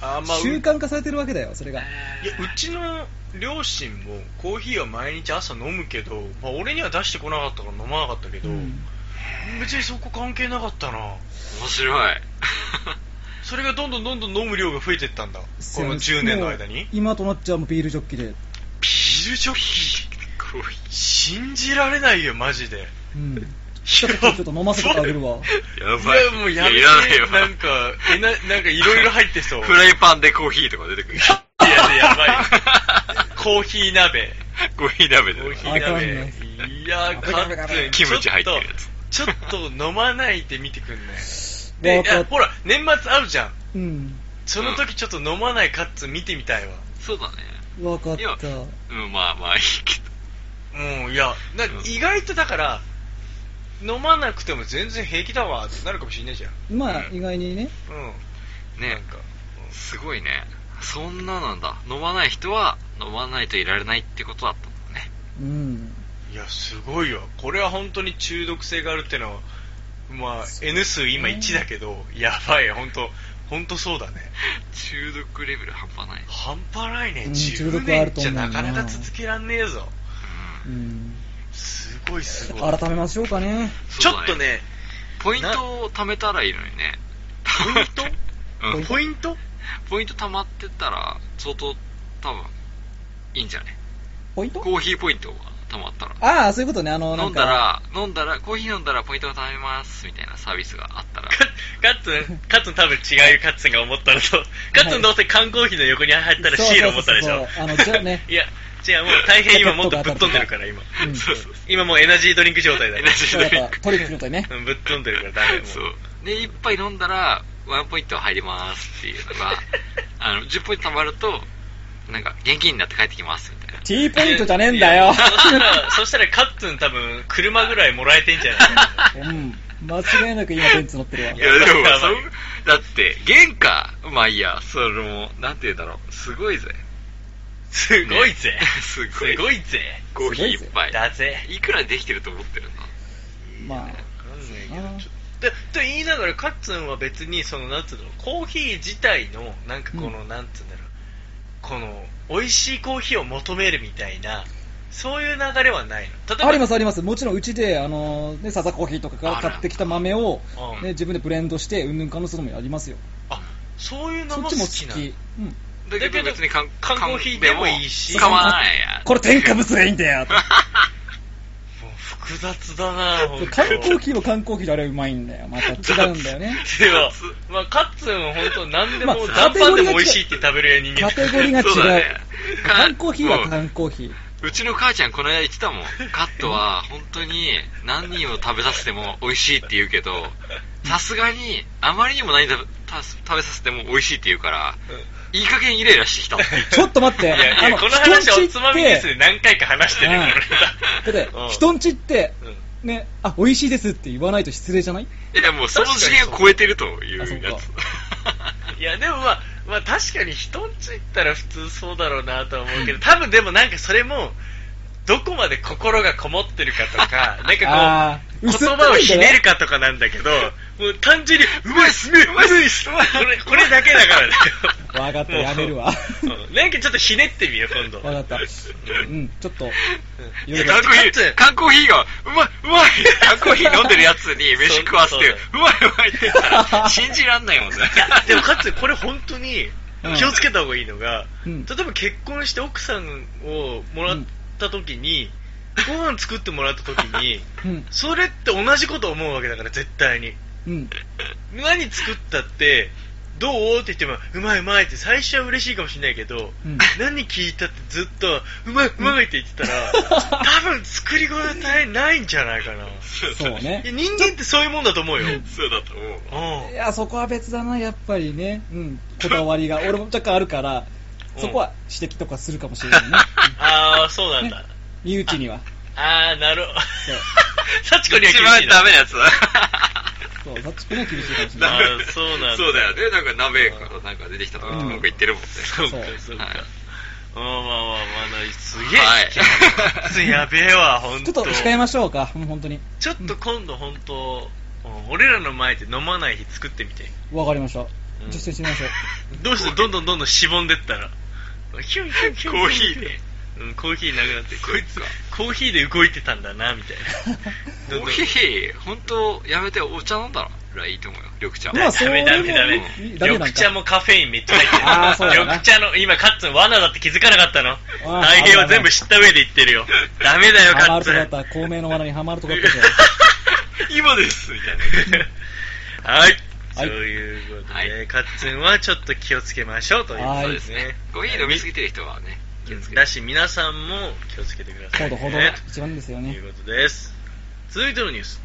あーまあう習慣化されてるわけだよ、それが。いやうちの両親もコーヒーは毎日朝飲むけど、まあ、俺には出してこなかったから飲まなかったけど、うん別にそこ関係なかったな面白い。それがどんどんどんどん飲む量が増えてったんだこの10年の間にもう今となっちゃもうビールジョッキで。ビールジョッキコーヒ信じられないよマジでうん。ちょっとちょっと飲ませてあげるわ。ー。やいばい。や、もうやめいて。らないよ。なんか、えな、なんかいろいろ入って (laughs) そう。フライパンでコーヒーとか出てくる。いや、やばいよ。 (laughs) コーヒー鍋。コーヒー鍋コで。ーヒわーかんない鍋。いやー、カッツンキムチ入ってるやつ。ちょっと、ちょっと飲まないで見てくんね。で、 (laughs) わいかやっほら、年末あるじゃん。うん。その時ちょっと飲まないカッツン見てみたいわ。そうだね。わかっいやた。うん、まあまあいいけど。うん、いや、な意外とだから、飲まなくても全然平気だわってなるかもしれないじゃん。まあ、うん意外にね。うん。ねなんか、うんすごいね。そんななんだ。飲まない人は飲まないといられないってことだったんだね。 (laughs) うん。いや、すごいわ。これは本当に中毒性があるってのは、まあ、N 数今1だけど、やばい、本当ほんとそうだね中毒レベル半端ない。半端ないね、うん中10毒はある年とじ思ゃうななかなか続けらんねえぞうんうん。すごいすごい改めましょうかね。ちそょうだっとねポイントを貯めたらいいのにね。ポイント (laughs) うんポイントポイント貯まってったら、相当、多分、いいんじゃないポイントコーヒーポイントが貯まったら。ああ、そういうことね。あの、な飲んんだか、ら、飲んだら、コーヒー飲んだらポイントが貯めます、みたいなサービスがあ (laughs) ったら。カッツン、カッツン多分違うカッツンが思ったのと、カッツンどうせ缶コーヒーの横に入ったらシールを持ったでしそうょそう。そうそうあのじゃあね (laughs) いや、違う、もう大変今もっとぶっ飛んでるから、今。うんそうそう。 (laughs) 今もうエナジードリンク状態だエよナジード (laughs) やっリンぱク。トリック状態ね。うんぶっ飛んでるからダメ。もうそう。で、一杯飲んだら、ワンポイント入りますっていうの (laughs) が、あの、10ポイント貯まると、なんか、現金になって帰ってきます、みたいな。 T ポイントじゃねえんだよそ。したら、そしたらカッツン多分、車ぐらいもらえてんじゃ (laughs) ないかうん。間違いなく今ベンツ乗ってるわ。いや、でもやばい、そんだって、原価、まあいいや、それも、なんて言うんだろう、すごいぜ。すごいぜね。 (laughs) すごすい。ごいぜ。コーヒー一杯。だぜ。いくらできてると思ってるんだまあ、わかんないけどちょでと言いながらカッツンは別にそのなんつうのコーヒー自体のなんかこの、なんつうんだろうこの美味しいコーヒーを求めるみたいなそういう流れはないの例えばありますあります。もちろんうちで、あの、ね、笹コーヒーとかからあら買ってきた豆を、うんね、自分でブレンドして、うんぬんかんのするのもやりますよ。あそういうのそもっ好ちもき好なき。うん。だけだけどど別に缶缶コーヒーでもいいし買わないや。これ添 (laughs) 加物がいいんだもよ。う複雑だな (laughs) 本当缶コーヒーも缶コーヒーであれうまいんだよ。また違うんだよね。では、まあ、カッツンは本当何でまも、あ残飯でも美味しいって食べる人間カテゴリーがそうだ違うね。缶コーヒーはもう缶コーヒー。うちの母ちゃんこの間言ってたもん。カットは本当に何人を食べさせても美味しいって言うけど、さすがにあまりにも何食べた食べさせても美味しいって言うから、いい加減イライラしてきたって言ってちょっと待って。いやいやこの話はおつまみニュースで何回か話してるよ、うんこだれってうん、人んちってうん、ね、あ、美味しいですって言わないと失礼じゃないいやもうその次元を超えてるというやつ。あそいや、でもまあ、まあ確かに人んち行ったら普通そうだろうなとは思うけど、多分でもなんかそれも、どこまで心がこもってるかと (laughs) か、なんかあこう、言葉をひねるかとかなんだけど、もう単純に、うまいっすね、うまいっすね、これ、これだけだ (laughs) からだよ。わかった、やめるわ。うん。なんかちょっとひねってみよう、今度。わかった。うん、ちょっと。いや缶コーヒー、缶コーヒーが、うまい、うまい缶コーヒー飲んでるやつに飯食わせて、そううまいうまいって言ったら、信じらんないもんね。いや、でも (laughs) かつ、これ本当にうん気をつけた方がいいのが、うん例えば結婚して奥さんをもらった時に、ご飯作ってもらった時に、うん、それって同じこと思うわけだから、絶対に。うん。何作ったって、どうって言っても、うまいうまいって最初は嬉しいかもしれないけど、うん何聞いたってずっと、うまいうまいって言ってた (laughs) ら、多分作り事ないないんじゃないかな。いそうやね。人間ってそういうもんだと思うよ。そうだと思う。うんいや、そこは別だな、やっぱりね。うん、こだわりが。俺も若干あるから、そこは指摘とかするかもしれな (laughs) いね。ああ、そうなんだ。身内には。ああ、なるほど。幸子には一厳し番いなダ。メなやつだ。そう、そっちくんは厳しいかもし (laughs) れあない。ーそうなんだ。そうだよね。なんか鍋からなんか出てきたとか、なんか言ってるもんね。そうかそう、そうかはい。まあまあまあまあ、すげえ。はいちょっと (laughs) やべえわ、ほんちょっと控えましょうか、もう本当に。ちょっと今度本当、うん俺らの前で飲まない日作ってみて。わかりました。実践してみましょう。どうしてどんどんどんどんしぼんでったら。ヒュンヒュンヒュンヒュンコーヒーで。うん、コーヒーなくなって、こいつかコーヒーで動いてたんだな、みたいな。どんコどんーヒー、ほんと、やめてお茶飲んだらいいと思うよ。緑茶。まあそダうメダメダメいい。ダメなんか緑茶もカフェインめっちゃ入ってる。あーそうだな緑茶の、今カッツン罠だって気づかなかったのあー大変は全部知った上で言ってるよ。ダメだよ、ハカマッるツとンだっ。た、孔明の罠にハマるとだったじゃん。今ですみたいな。(laughs) はい。はいそういうことで、はいカッツンはちょっと気をつけましょうというこはといそうでですすねね。。コーヒー飲みすぎてる人はね、気をつけて。だし、皆さんも気をつけてくださほい、ね。どほど、一番ですよとね。いうことです。続いてのニュース。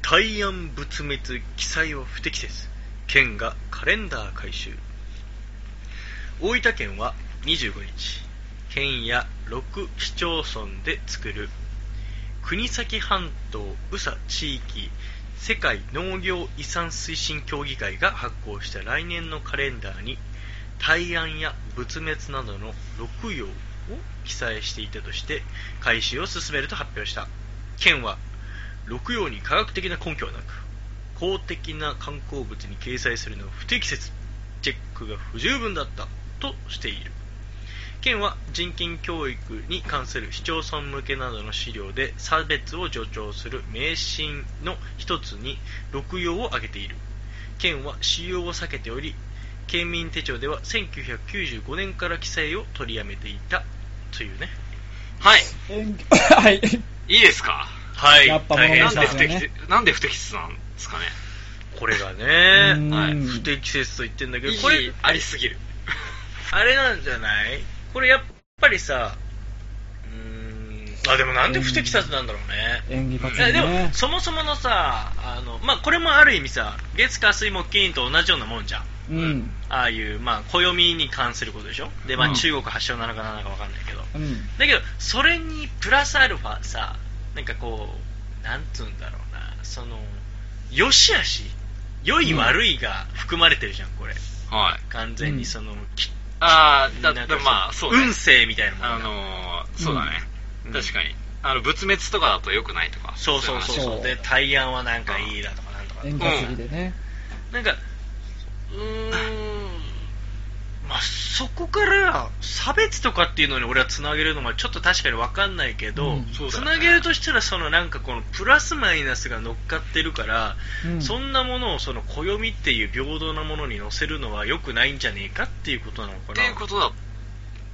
大安仏滅記載は不適切。県がカレンダー回収。大分県は25日、県や6市町村で作る国東半島宇佐地域世界農業遺産推進協議会が発行した来年のカレンダーに大安や仏滅などの六曜を記載していたとして改修を進めると発表した県は六曜に科学的な根拠はなく公的な観光物に掲載するのは不適切チェックが不十分だったとしている県は人権教育に関する市町村向けなどの資料で差別を助長する迷信の一つに録用を挙げている県は使用を避けており県民手帳では1995年から記載を取りやめていたというねはい。はい。いいですかはいやっぱ大変物な申んし合でわ不せ適ね切、なんで不適切なんですかね。これがうねんはい不適切と言ってんだけどここれれ、ありすぎる。あれなんじゃないこれやっぱりさうーんあでもなんで不適切なんだろうね、演技罰いやでねも。そもそものさあの、まあ、これもある意味さ月火水木金と同じようなもんじゃんうん。ああいう、まあ、暦に関することでしょで、まうあ、ん中国発祥なのかなんかわかんないけど、うん。だけどそれにプラスアルファさなんかこうなんつうんだろうなその良し悪し良い悪いが含まれてるじゃんこれはい。完全うにんその、きあー、だなんってかまあ、そうね。運勢みたいなもんだあのー、そうだね。うん確かに。あの、仏滅とかだと良くないとか。そうそうそうそうそうで対案はなんかいいだとかなんとか演技担ぎでね。なんかうーんまあそこから差別とかっていうのに俺はつなげるのがちょっと確かに分かんないけど、うんそうだつよねなげるとしたらそのなんかこのプラスマイナスが乗っかってるから、うんそんなものをその暦っていう平等なものに載せるのは良くないんじゃねえかっていうことなのかな。っていうことだ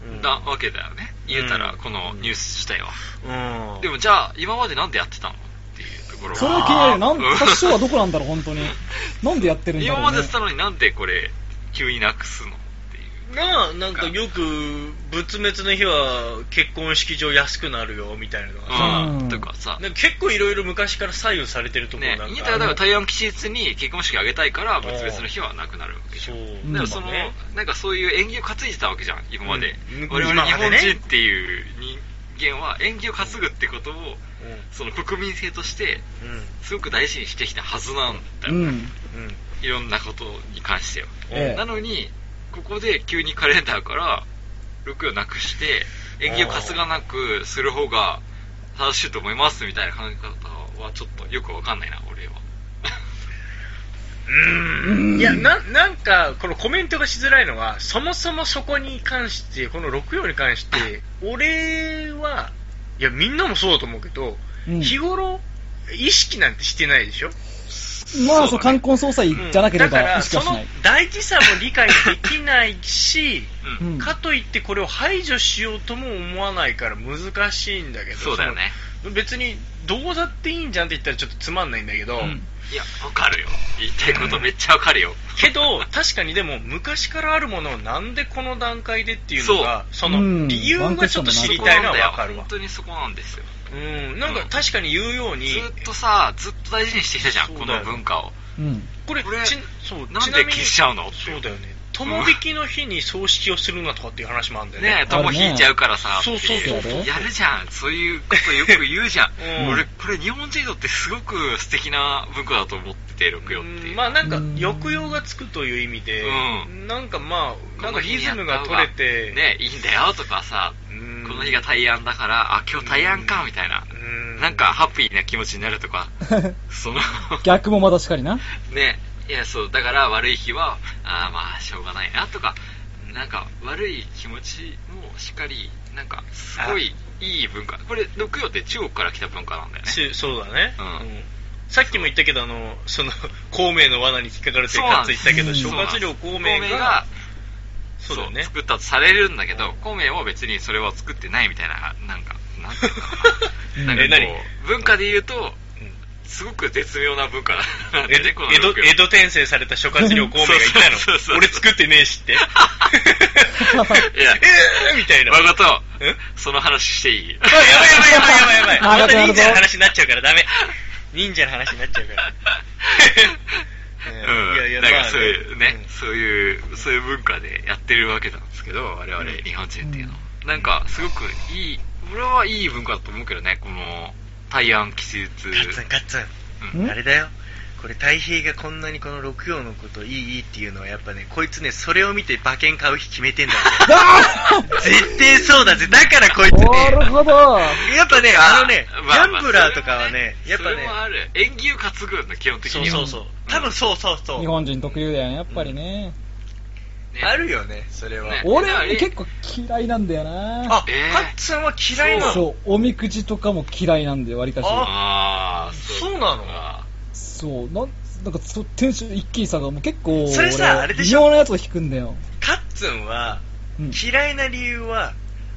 うんなわけだよね。言うたら、うんこのニュース自体は。うん。でもじゃあ、今までなんでやってたのっていうところそれは気になる。なん、発祥はどどこなんだろう、本当に。なんでやってるんだろ (laughs) う、今まね。でやってたのになんでこれ、急になくすのっていう。なあ、なんかよく、仏滅の日は結婚式場安くなるよみたいなのがさ、うんうん。とかさ。なんか結構いろいろ昔から左右されてるところなねんか、、インタだから台湾吉日に結婚式あげたいから、別々の日はなくなるわけじそゃう。ん。うんだでかもらその、ねなんかそういう縁起を担いでたわけじゃん、今まで。うん我々今日まで本ね人っていう人間は縁起を担ぐってことを、その国民性として、うんうんすごく大事にしてきたはずなんだよ。ううん。んいろんなことに関しては。えなのに、ここで急にカレンダーから6をなくして、縁起を担がなくする方が正しいと思いますみたいな考え方はちょっとよくわかんないな、俺は。いやな、なんか、このコメントがしづらいのは、そもそもそこに関して、この6曜に関して、俺は、いや、みんなもそうだと思うけど、え。うん、日頃、意識なんてしてないでしょ、まあ、そそうう、だね冠婚葬祭じゃなけだれかば、ら、意識そはしのない。大事さも理解できないし、う。うんんかといってこれを排除しようとも思わないから難しいんだけど、そうだよね。その別に、どうだっていいんじゃんって言ったらちょっとつまんないんだけど、うんいや、わかるよ。言いたいことめっちゃわかるよ。けど、確かにでも、昔からあるものをなんでこの段階でっていうのが、そうんの理由がちょっと知りたいのはわかるわ本。当にそこなんですよ。うん、なんか確かに言うように、ずっとさ、ずっと大事にしてきたじゃん、そうこだよの文化を。うん。 (laughs) これ、これちそうなんちでなみに消しちゃうのってそうだよね。友引の日に葬式をするなとかっていう話もあるんだよね。ねえ、友引いちゃうからさ、そうそうそう。そうやるじゃん。そういうことよく言うじゃん (laughs) うん俺、これ日本人にとってすごく素敵な文化だと思ってて、六曜っていうう。んまあなんかうん抑揚がつくという意味で、うなんかまあ、なこのんか日リにズやったム方がが取れて、ねえ、いいんだよとかさ、うんこの日が対案だから、あ、今日対案か、みたいなう。んなんか、ハッピーな気持ちになるとか、その、逆もまだしかりな。ねいやそうだから悪い日はああまあしょうがないなとかなんか悪い気持ちもしっかりなんかすごいいい文化これ六曜って中国から来た文化なんだよねしそうだね、うんさっきも言ったけどあのその (laughs) 孔明の罠に引っかかれてるかつ言ったけどそ諸う葛亮孔明孔がそそううだよね作ったとされるんだけど孔明も別にそれは作ってないみたいななん (laughs) かなんていうのかうんななんかこうえ何文化で言うとうんすごく絶妙な文化なんだよ江ねこの戸六曜江戸転生された諸葛亮孔明が言っそうたのそうそうそう俺作ってね (laughs) えしっていや (laughs) えーみたいなわがとえその話していいあやばいやばいやばいやばいやばい長また忍くなるぞ者の話になっちゃうからダメ忍者の話になっちゃうからうん、いやいやなんまあかねそういうね、うんそういう、そういう文化でやってるわけなんですけど、我々日本人っていうのは。なんか、すごくいい、俺はいい文化だと思うけどね、この、大安吉日。ガッツンガッツンうんんあれだよこれ太平がこんなにこの六葉のこといいいいっていうのはやっぱねこいつねそれを見て馬券買う日決めてんだぜ絶対そうだぜだからこいつなるねほど。やっぱねあのねギまあャンブラーとかはねやっぱそねれもある。縁起を担ぐんだ、基本的そにうは。そうそう多分そうそうそう日本人特有だよね、やっぱりね。ねあるよねそれは、ね俺は結構嫌いなんだよな。あ、えーカッツンは嫌いなのそう、おみくじとかも嫌いなんだよ、わりかし。あああ、そうなのかそう、なん、なんか、そうテンション一気に下がるもう結構、それさ俺あれでしょ微妙なやつを引くんだよ。カッツンはうん。嫌いな理由は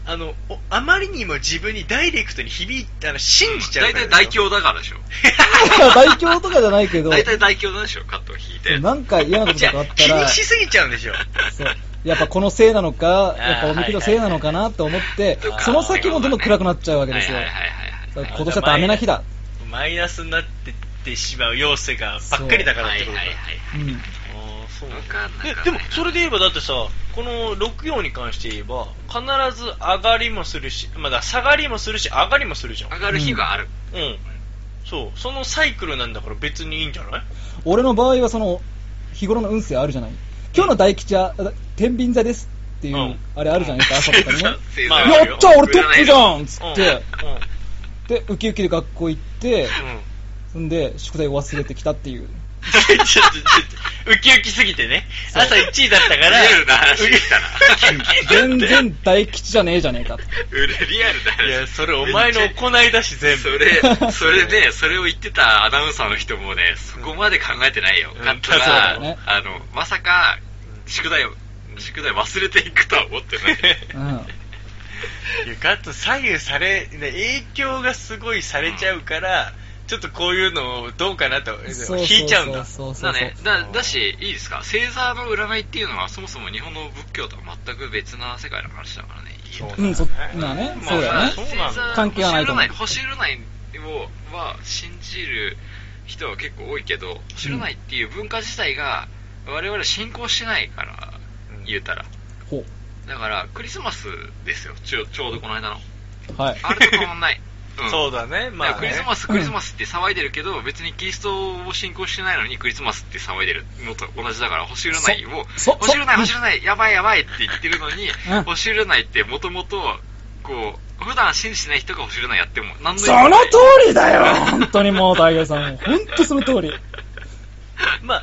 あのおあまりにも自分にダイレクトに響いてあの信じちゃう大から体大凶だからでしょ。大凶とかじゃないけど、大体大凶なんでしょ、カットを引いて。なんか嫌なことじとゃかああっ (laughs) た気にら、しすぎちゃうんでし (laughs) ょそう。やっぱこのせいなのか、やっぱおみくじのせいなのかなって思ってあー、 (laughs) その先もどんどん暗くなっちゃうわけですよはい。はいはいはいはい。今年はダメな日だ。マイナスになってってしまう要素がばっかりだからってことだはいはいはいうん。ああそうわかんなくはないえでもそれで言えばだってさこの64に関して言えば必ず上がりもするしまだ下がりもするし上がりもするじゃん上がる日がある。うんそうそのサイクルなんだから別にいいんじゃない俺の場合はその日頃の運勢あるじゃない今日の大吉はあ天秤座ですっていう、うんあれあるじゃないです (laughs) か朝とかにね (laughs) 星座まああるやよった俺トップじゃんっつうんっうんて、でウキウキで学校行ってうん (laughs) そんで宿題を忘れてきたっていうちょっと、ちょっと、ウキウキすぎてね。朝1位だったから。リアルな話できたな全然大吉じゃねえじゃねえか (laughs) とうんリアルだいよや、それお前の行いだし、全部。そ (laughs) れ、それで、それを言ってたアナウンサーの人もね、そこまで考えてないよ。うんカットそうだがね、あの、まさか、宿題を、宿題忘れていくとは思ってない。 (laughs) うんいや、ガッツ左右され、ね、影響がすごいされちゃうから、ちょっとこういうのをどうかなと、そうそうそう引いちゃうんだ。そうそだうそうね、だだし、いいですか、星座の占いっていうのは、そもそも日本の仏教とは全く別な世界の話だからね、そうだうんそまあねまあそうだよねそ星うなんだ座関係はないと思う星占い星占いをは信じる人は結構多いけど、星占いっていう文化自体が、我々は信仰してないから、うん言うたら。ほうだから、クリスマスですよ、ちょちょうどこの間 (laughs) の。はいあれと変わんない。うんそうだね、まあ、ね。クリスマス、クリスマスって騒いでるけど、別にキリストを信仰してないのにクリスマスって騒いでるのと同じだから、星占いを、そそ星占い、そ星占い、やばいやばいって言ってるのにうん、星占いってもともと、こう、普段信じてない人が星占いやっても、何の意味そものない通りだよ本当にもう大平さん本当その通りまあ、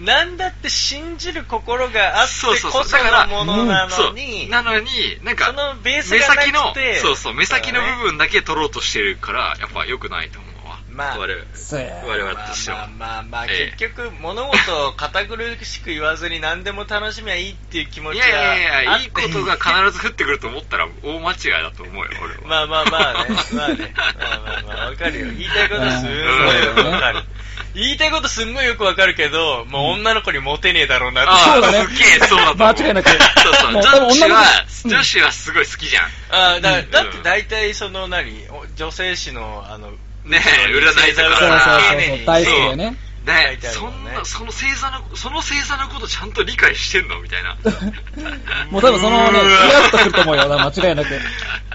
なんだって信じる心があってそうそうそこうそだからのものなそのうに、。なのに、なんそか、のベー目スがな先のくて、、そうそう、目先のそうだね部分だけ取ろうとしてるから、やっぱ良くないと思うわ。まあ我々せー我々としては。まあまあまあ、ええ結局物事を堅苦しく言わずに何でも楽しみゃいいっていう気持いちやがいやいやいあや、っいていことが必ず降ってくると思ったら大間違いだと思うよ、俺は。ま (laughs) あまあまあねまあねまあまあまあわかるよ言いたいことすんごいよくわかる言いたいことすんごいよくわかるけどもう女の子にモテねえだろうなってああ、そうだねすっげえそうだと思う。間違いなくそうそう。もう女多分子は女の、子うん女子はすごい好きじゃん。ああだうんだって大体その何お女性誌のあのねえ、占いとそうそうかそうそう大好きだよねね書いてあるそもんんねな、その星座の、その星座のことちゃんと理解してんのみたいな。 (laughs) もう多分そのね、ふわっとくると思うよ。間違いなく。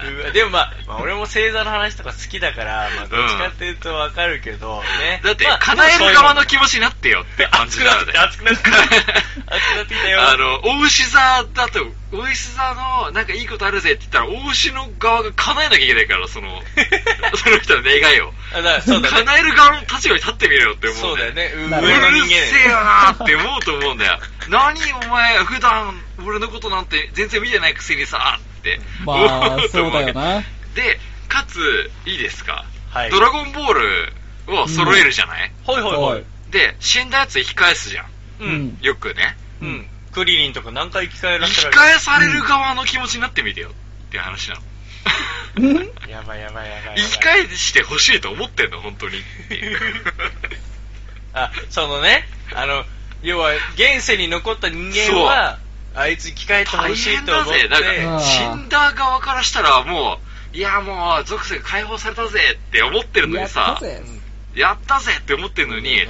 うわでもまあ、まあ、俺も星座の話とか好きだから、まあ、どっちかっていうとわかるけどね、だってまあ、叶える側の気持ちになってよって感じなので。熱くなってきた熱くなってきた熱くなってきた (laughs) よあの、大牛座だと、大牛座の、なんかいいことあるぜって言ったら、大牛の側が叶えなきゃいけないから、 (laughs) その、その人の願いを。あだからそうだね叶える側の立場に立ってみろよって思う。そうだよね。上なのるうほどる人間せえよなって思うと思うんだよ。何お前、普段俺のことなんて全然見てないくせにさ、ってま思あ、と (laughs) そ思うだよ。な。で、かつ、いいですか、はいドラゴンボールを揃えるじゃない、ほいほいほい。で、死んだやつ生き返すじゃん。ううんん。よくね。うん。クリリンとか何回生き生返らせきられ返される側の気持ちになってみてよっていう話なの。うんるやばいやばいやばいやばい。生き返してほしいと思ってんの、本当にっていう。 (laughs) あ、そのね、あの、要は、現世に残った人間は、あいつ生き返って大ほしい変とだ思ってぜ。だかうんら、死んだ側からしたらもう、いやもう、属性解放されたぜって思ってるのにやっさた、ぜやったぜって思ってるのに、ね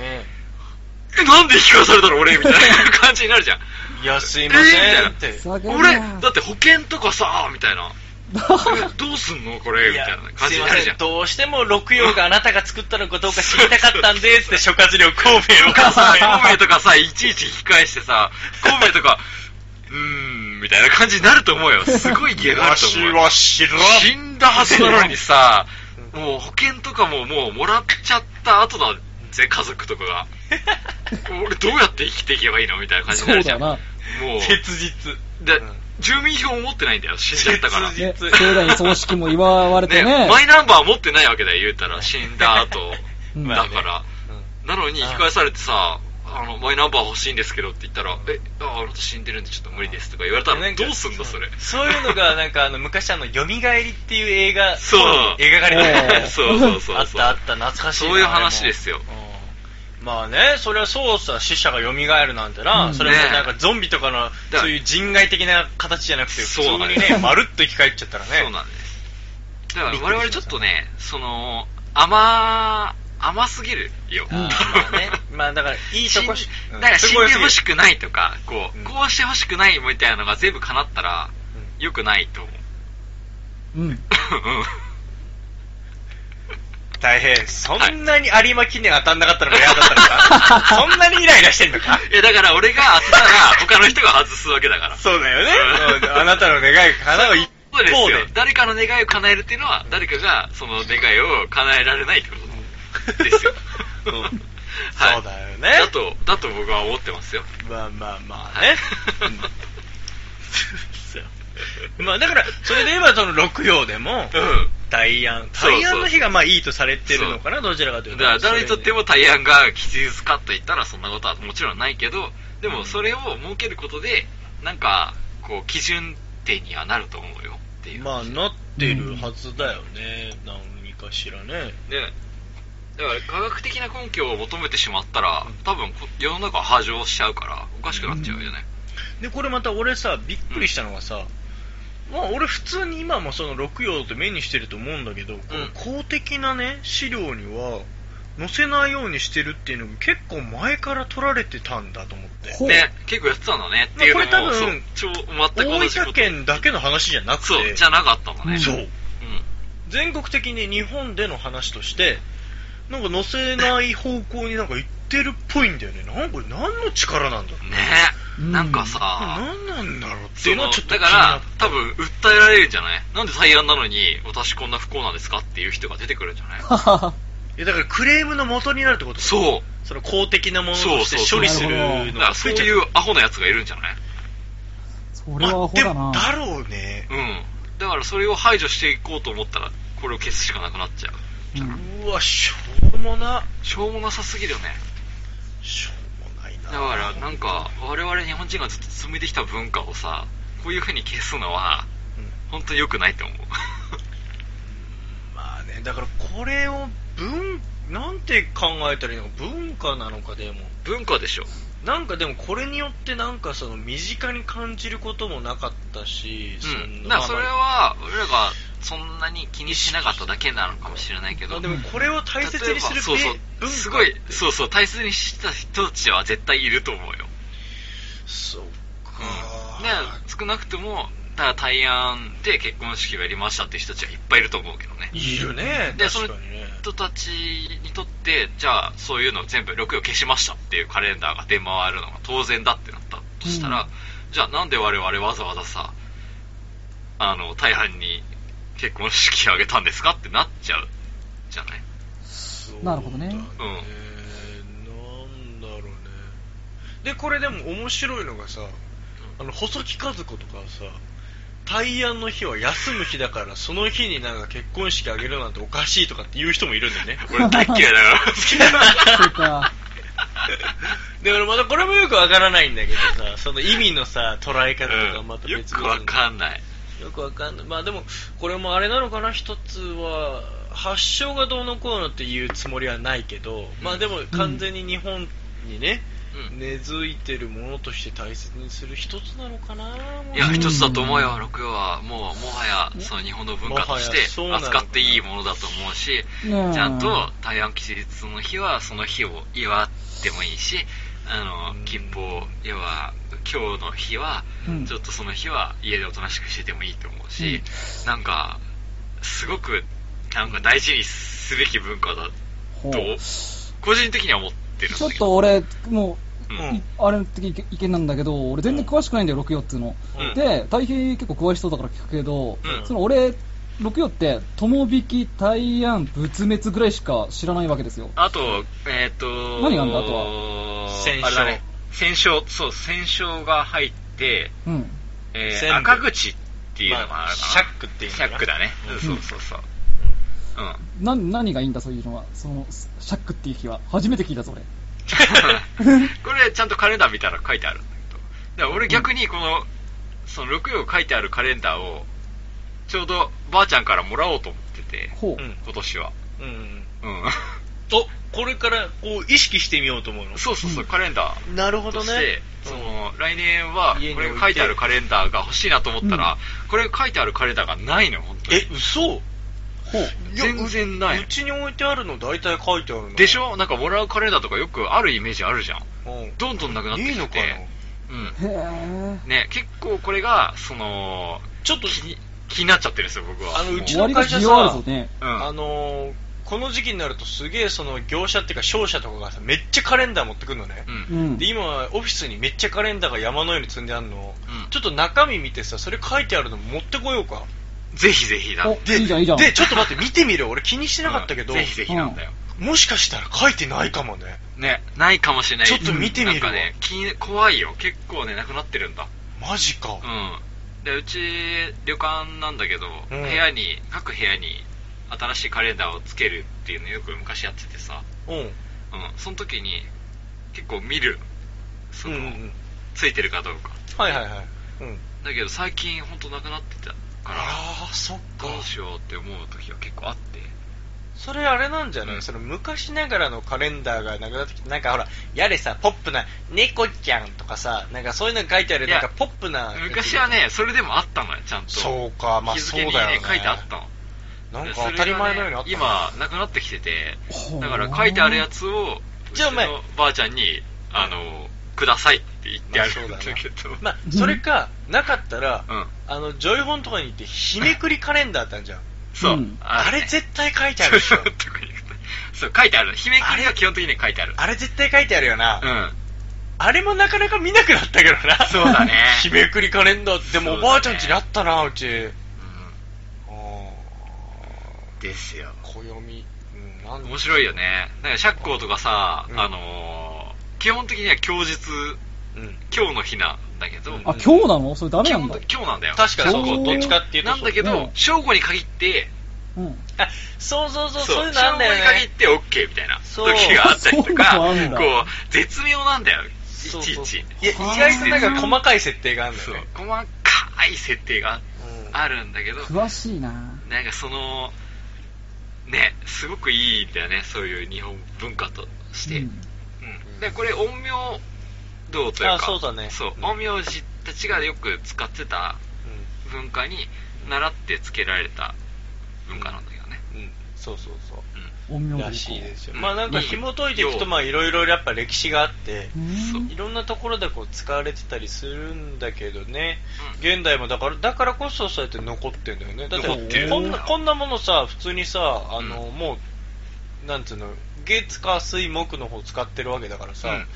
え、なんで引き返されたの俺みたいな感じになるじゃん。いや、すいませんって。ふざけんな俺、だって保険とかさ、みたいな。どうすんのこれみいたやいな感すじいにまなるじせゃんん。どうしても六葉があなたが作ったのかどうか知りたかったんでって諸葛亮孔明とをかさ、孔明とか (laughs) さ、いちいち引き返してさ、孔明とか、うーん、みたいな感じになると思うよ。すごい芸があると思うよ。知ら死んだはずなのにさ、もう保険とかももうもらっちゃった後だぜ、家族とかが。俺どうやって生きていけばいいのみたいな感じに (laughs) そなうるじだゃよん。もな。う、 (laughs) 切実で、住民票も持ってないんだよ、死んじゃったから。ね、盛大に葬式も祝われてね。ね、マイナンバー持ってないわけだよ、言うたら、死んだ後。うんだから。なのに、引き返されてさ、あの、マイナンバー欲しいんですけどって言ったら、え、ああなた死んでるんでちょっと無理ですとか言われたなら、んかどうすんだ、それ。そういうのがなんかあの昔あの「よみがえり」っていう映画そうに描かれておーるそうそうそうそう。あったあった懐かしいなそういうあれも話ですようんまあねそれはそうさ死者がよみがえるなんてな、うんそれもねなんかゾンビとかのらそういう人外的な形じゃなくて普通そうなんにです (laughs) ねまるっと生き返っちゃったら (laughs) ねそうなんです。だから我々ちょっとね、その、甘、甘すぎるよ。 (laughs) うんあーまあねまあだからいいと死んこしだから死んでほしくくないとか、こう、うんこうしてほしくないみたいなのが全部叶ったら、良く (laughs) ないと思う。うん。 (laughs) 大変そんなに有馬記念当たんなかったのが嫌だったのか (laughs) そんなにイライラしてんのかいや、だから俺が当てたら、他の人が外すわけだから。そうだよねうんうんあなたの願いが叶う一そうです方でよ。誰かの願いを叶えるっていうのは、誰かがその願いを叶えられないってことですよ。うんはいそうだよねだと、だと僕は思ってますよ。まあまあまあはねい。 (laughs) まあだから、それで言えばその六曜でも、うん。大安。そうそう大安の日がまあいいとされてるのかな、どちらかというだと。から誰にとってそも大安が吉日かと言ったらそんなことはもちろんないけど、でもそれを設けることで、なんか、こう、基準点にはなると思うよっていれでう。ねまあなってるはずだよね。何かしらね。ね、だから科学的な根拠を求めてしまったら、多分こ世の中は波状しちゃうから、おかしくなっちゃうよね。で、これまた俺さ、びっくりしたのがさ、まあ俺普通に今もその六曜って目にしてると思うんだけど、この公的なね、資料には、載せないようにしてるっていうのが結構前から取られてたんだと思って。ほう。ね、結構やってたんだねっていうのも、まあこれ多分そう超全く同大じこ分と。県だけの話じゃなくて、そう、じゃなかったのね。そううん。全国的に日本での話として、なんか載せない方向になんか行ってるっぽいんだよね。なんかこれ何の力なんだろう。ねうんなんかさ、何なんだろうってそいうのはのちょっと気だにかならっ、多分訴えられるんじゃないなんで最安なのに、私こんな不幸なんですかっていう人が出てくるんじゃない (laughs) いやだからクレームの元になるってことだそう。その公的なものとしてそうそうそう処理するだのからがそ増うえちゃいうアホなやつがいるんじゃないそれはアホだまなあでも。だろうね。うん。だからそれを排除していこうと思ったら、これを消すしかなくなっちゃう。うんうわ、しょうもな。しょうもなさすぎるよね。しょうもないな。だからなんか、我々日本人がずっと紡いできた文化をさ、こういう風に消すのは、本当に良くないと思う。 (laughs) まあね、だからこれを文、なんて考えたらいいのか、文化なのかでも、文化でしょ。なんかでもこれによってなんかその身近に感じることもなかったし、うん。のだからそれまあは、俺らがそんなに気にしなかっただけなのかもしれないけまあど。でもこれを大切にするべそうそう文化すごい、そうそう、大切にした人たちは絶対いると思うよ。そうねか、少なくとも、だから対案で結婚式をやりましたって人たちはいっぱいいると思うけどね。いるね、で確かにね。人たちにとって、じゃあそういうのを全部6を消しましたっていうカレンダーが出回るのが当然だってなったとしたら、うんじゃあなんで我々わざわざさ、あの、大半に結婚式あげたんですかってなっちゃうじゃないなるほどねそうんうだねなんだろうね。で、これでも面白いのがさ、あの、細木和子とかはさ、大安の日は休む日だから、その日になんか結婚式あげるなんておかしいとかって言う人もいるんだよね。 (laughs) 俺大っ嫌いだから。 (laughs) そうか。で、俺まだこれもよくわからないんだけどさ、その意味のさ、捉え方とかまたうんよ別く々わにかんない。よくわかんない。まあでも、これもあれなのかな、一つは、発祥がどうのこうのっていうつもりはないけど、まあでも完全に日本にね、うん根付いてるものとして大切にする一つなのかな。もういや、うん一つだと思うよ、六は。もう、もはや、その日本の文化としてもはやそうなのかな扱っていいものだと思うし、ねえちゃんと、台湾吉日の日は、その日を祝ってもいいし、あの切符を要は今日の日は、うんちょっとその日は家でおとなしくしててもいいと思うし、なんかすごくなんか大事にすべき文化だほうと個人的には思ってるんちょだっけどと俺、もうんう、あれ的意見なんだけど、俺全然詳しくないんだよ、64っていうの。うんで、大変結構詳しそうだから聞くけど、うんその俺、64って、友引き、大安、仏滅ぐらいしか知らないわけですよ。あと、えっ、と、何があんだあとは戦勝あれだね。戦勝、そう、戦勝が入って、うん。え全ー、部赤口っていうのがあるかな。シャックっていうのシャックだね。うんそうそうそう。うん。な、何がいいんだ、そういうのは。その、シャックっていう日は。初めて聞いたぞ、俺。 (laughs) これ、ちゃんとカレンダー見たら書いてあるんだけど。だから俺逆にこの、その6が書いてあるカレンダーを、ちょうどばあちゃんからもらおうと思ってて、ほう。うん今年は。うんうんうん。おこれからこう意識してみようと思うのそうそうそう、うんカレンダー。なるほとどして、ねその来年は家にこ置いれてが書いてあるカレンダーが欲しいなと思ったら、これが書いてあるカレンダーがないのよ本当にえ嘘ほう。全然ないのうちに置いてあるの大体書いてあるのでしょなんかもらうカレンダーとかよくあるイメージあるじゃんうんどんどんなくなっていいきのてかなてうんへえ。ね結構これがそのちょっと気に気になっちゃってるんですよ僕はあのもうち終のわりが会社さ需要あるぞね。うあん、のーこの時期になるとすげえその業者っていうか商社とかがさめっちゃカレンダー持ってくるのね、うんうんで。今オフィスにめっちゃカレンダーが山のように積んであるの、うんちょっと中身見てさそれ書いてあるの持ってこようかぜひぜひだお、いいじゃん、いいじゃん。でちょっと待って見てみる俺気にしてなかったけど、うんぜひぜひなんだよ、もしかしたら書いてないかもねねないかもしれないちょっと見てみるなんわかね気に怖いよ結構ねなくなってるんだマジか、うん、でうち旅館なんだけど、うん部屋に各部屋に新しいカレンダーをつけるっていうのよく昔やっててさ、うん、うんうん、その時に結構見るその、うんうんついてるかどうかはいはいはい、うん、だけど最近本当なくなってたからああそっかどうしようって思う時は結構あってそれあれなんじゃない、うんその昔ながらのカレンダーがなくなってきてなんかほらやれさポップな猫ちゃんとかさなんかそういうのが書いてあるいやなんかポップな昔はねそれでもあったのよちゃんとそうかまあ日そ付うだによねね書いてあったのなんでかそ当れがたり前のようにあったね、今なくなってきててほうだから書いてあるやつをうじちゃあのお前ばあちゃんにあのくださいって言ってあるんまあだそうだなけど、まあそれかなかったら、うんあのジョイホンとかに行って日めくりカレンダーあった (laughs) んじゃんそう、うんあれね絶対書いてあるでしょ (laughs) そう書いてある姫くりは基本的に書いてあるあれ絶対書いてあるよな、うんあれもなかなか見なくなったけどなそうだね (laughs) 日めくりカレンダーってでもそおうだねばあちゃん家にあったなうちうあんですよー暦うんなん面白いよねなんか釈光とかさ、うんあのー基本的には今日日うん今日の日なんだけどあ、今日なのそれダメ基なん本だ的。に今日なんだよ確かにそう正午どっちかっていうとなんだけそうど正午に限ってうん。あそうそうそうそういうのあ正ん午だよに限っねて OK みたいなそう時があったりとかそうこそうなんだう絶妙なんだよいちそいうちそうそういやや意外となんか細かい設定があるんだそようね細かい設定がうんあるんだけど詳しいななんかそのねすごくいいんだよねそういう日本文化として、ううんんでこれ陰陽道というかあそうだねそううん陰陽師たちがよく使ってた文化に習ってつけられた文化なんだけどね、うんうんそうそうそう陰陽らしいですようんまあなんか紐解いていくうとんまあいろいろやっぱ歴史があってそういろんなところでこう使われてたりするんだけどねうん現代もだからだからこそそうやって残ってんだよねだって残ってるこんなこんなものさ普通にさあの、うんもうなんつうの月火水木の方使ってるわけだからさ、うん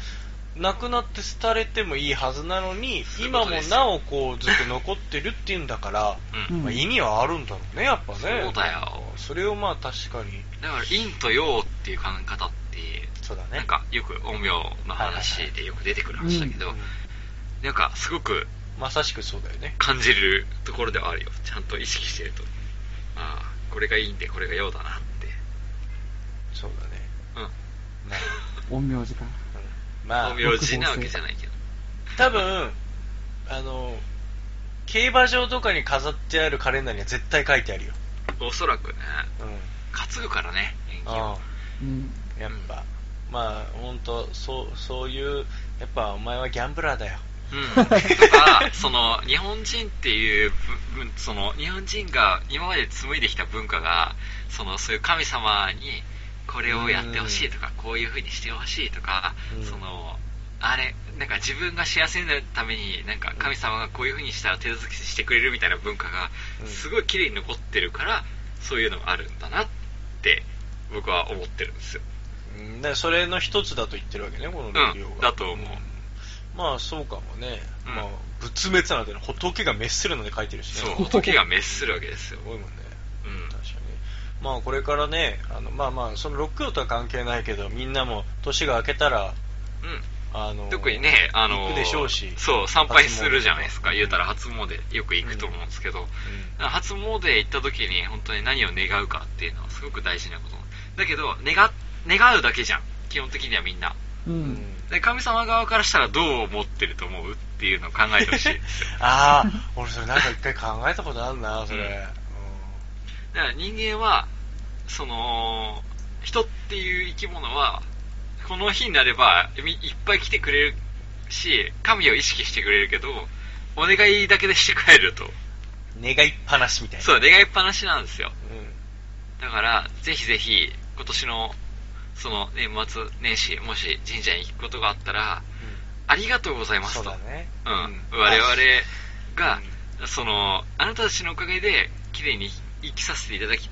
なくなって廃れてもいいはずなのにそういうこ今ともですよなおこうずっと残ってるっていうんだから、ううんんまあ、意味はあるんだろうねやっぱねそうだよそれをまあ確かにだから陰と陽っていう考え方ってそうだねなんかよく陰陽の話でよく出てくる話だけど、うんなんかすごくまさしくそうだよね感じるところではあるよちゃんと意識してるとああこれがいいんでこれが陽だなってそうだねうんまあ陰陽師か。うんまあ陰陽師なわけじゃないけど多分あの競馬場とかに飾ってあるカレンダーには絶対書いてあるよ、おそらくねうん、担ぐからね演技あをうん。あやっぱ、まあ本当そうそういうやっぱお前はギャンブラーだようん、 (laughs) とかその日本人っていうぶぶその日本人が今まで紡いできた文化がそのそういう神様にこれをやってほしいとかこういうふうにしてほしいとか、うんそのあれなんか自分が幸せになるためになんか神様がこういう風にしたら手続きしてくれるみたいな文化がうんすごい綺麗に残ってるから、そういうのがあるんだなって僕は思ってるんですよ、うん、だからそれの一つだと言ってるわけね、この六葉が。うんだと思うまあそうかもね。うんまあ、仏滅なんてね、仏が滅するので書いてるしね。そう時が滅するわけですよす、ごいもんね。うん確かに。まあこれからね、あのまあまあ、その六教とは関係ないけど、みんなも年が明けたら、うん、あの、特にね、あの行くでしょうしそう、参拝するじゃないですか、初詣言うたら初詣、よく行くと思うんですけど、初詣へ行った時に、本当に何を願うかっていうのは、すごく大事なこと。だけど、願、願うだけじゃん、基本的にはみんな。ううん。うんん。で神様側からしたらどう思ってると思うっていうのを考えてほしいですよ (laughs) ああ、俺それなんか一回考えたことあるな、それ。うんうんだから人間は、その、人っていう生き物は、この日になればみいっぱい来てくれるし、神を意識してくれるけど、お願いだけでして帰ると。願いっぱなしみたいな。そう、願いっぱなしなんですよ。うん。だから、ぜひぜひ、今年の、その、年末、年始、もし神社に行くことがあったら、ありがとうございますそうと。だね。うん。うん我々が、その、あなたたちのおかげで、綺麗に生きさせていただき、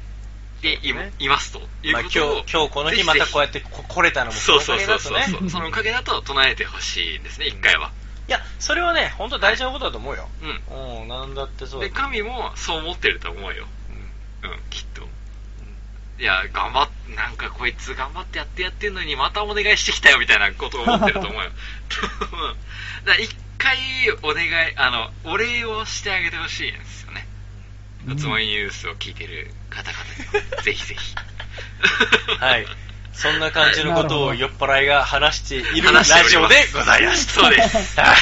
てい,、そうだねいますと。いうまあ、こ今日とを、今日この日またこうやってこ来れたのもそうそうのおそかうげだとそうそねう。そのおかげだと唱えてほしいんですね、一回は。いやそれはね本当大事なことだと思うよ、ううんなんだってそん。うだで、神もそう思ってると思うよ。うんうん、きっと。いや、頑張っ、なんかこいつ頑張ってやってやってんのにまたお願いしてきたよみたいなことを思ってると思うよ。 (laughs) だから一回お願い、あの、お礼をしてあげてほしいんですよね。うつもりニュースを聞いてる方々 (laughs) にも、ぜひぜひ。はいそんな感じのことをはい酔っ払いが話しているラ話しジておりまオですございますそうですは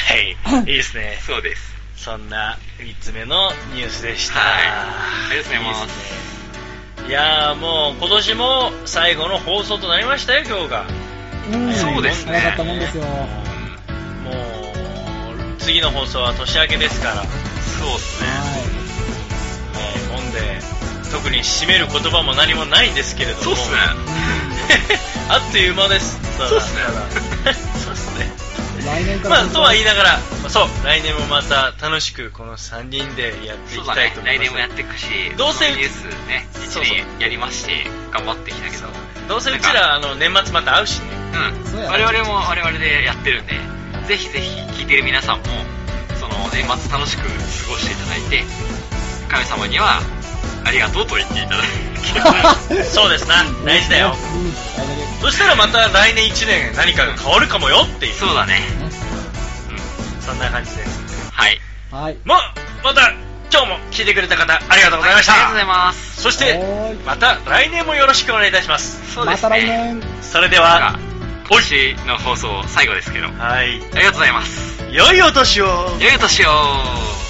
いいいですね (laughs) そうです。そんな3つ目のニュースでしたはいありがとうございますいいですねいやーもう今年も最後の放送となりましたよ今日がうんそうですね早かったもんです (laughs) よ。もう次の放送は年明けですかそらうっすね。はもう本で特に締める言葉も何もないんですけれどもそうっすね。 (laughs) あっという間ですただそうっすねただそうっすねい。来年からまあとは言いながらまあそう来年もまた楽しくこの3人でやっていそうきだたいねと。思い来年ますもやっていくし、どうせニュースね、一そうそう年やりまして、頑張ってきたけど。どうせうちらあの年末また会うしね (laughs) う、そうんや我々も我々でやってるんで、ぜひぜひ聞いてる皆さんも、その年末楽しく過ごしていただいて、神様にはありがとうと言っていただけた (laughs) らそうですな大事だようん大丈夫ですそしたらまた来年1年何かが変わるかもよっていうそうだね。ねうん。そんな感じですはい。はい。もうまた今日も聞いてくれた方ありがとうございましありがとうございたます。そしてはーいまた来年もよろしくお願いいたしますそうでますた来ね。年。それでがは、今年の放送最後ですけど、あはいりがとうございます。良いお年を良いお年を。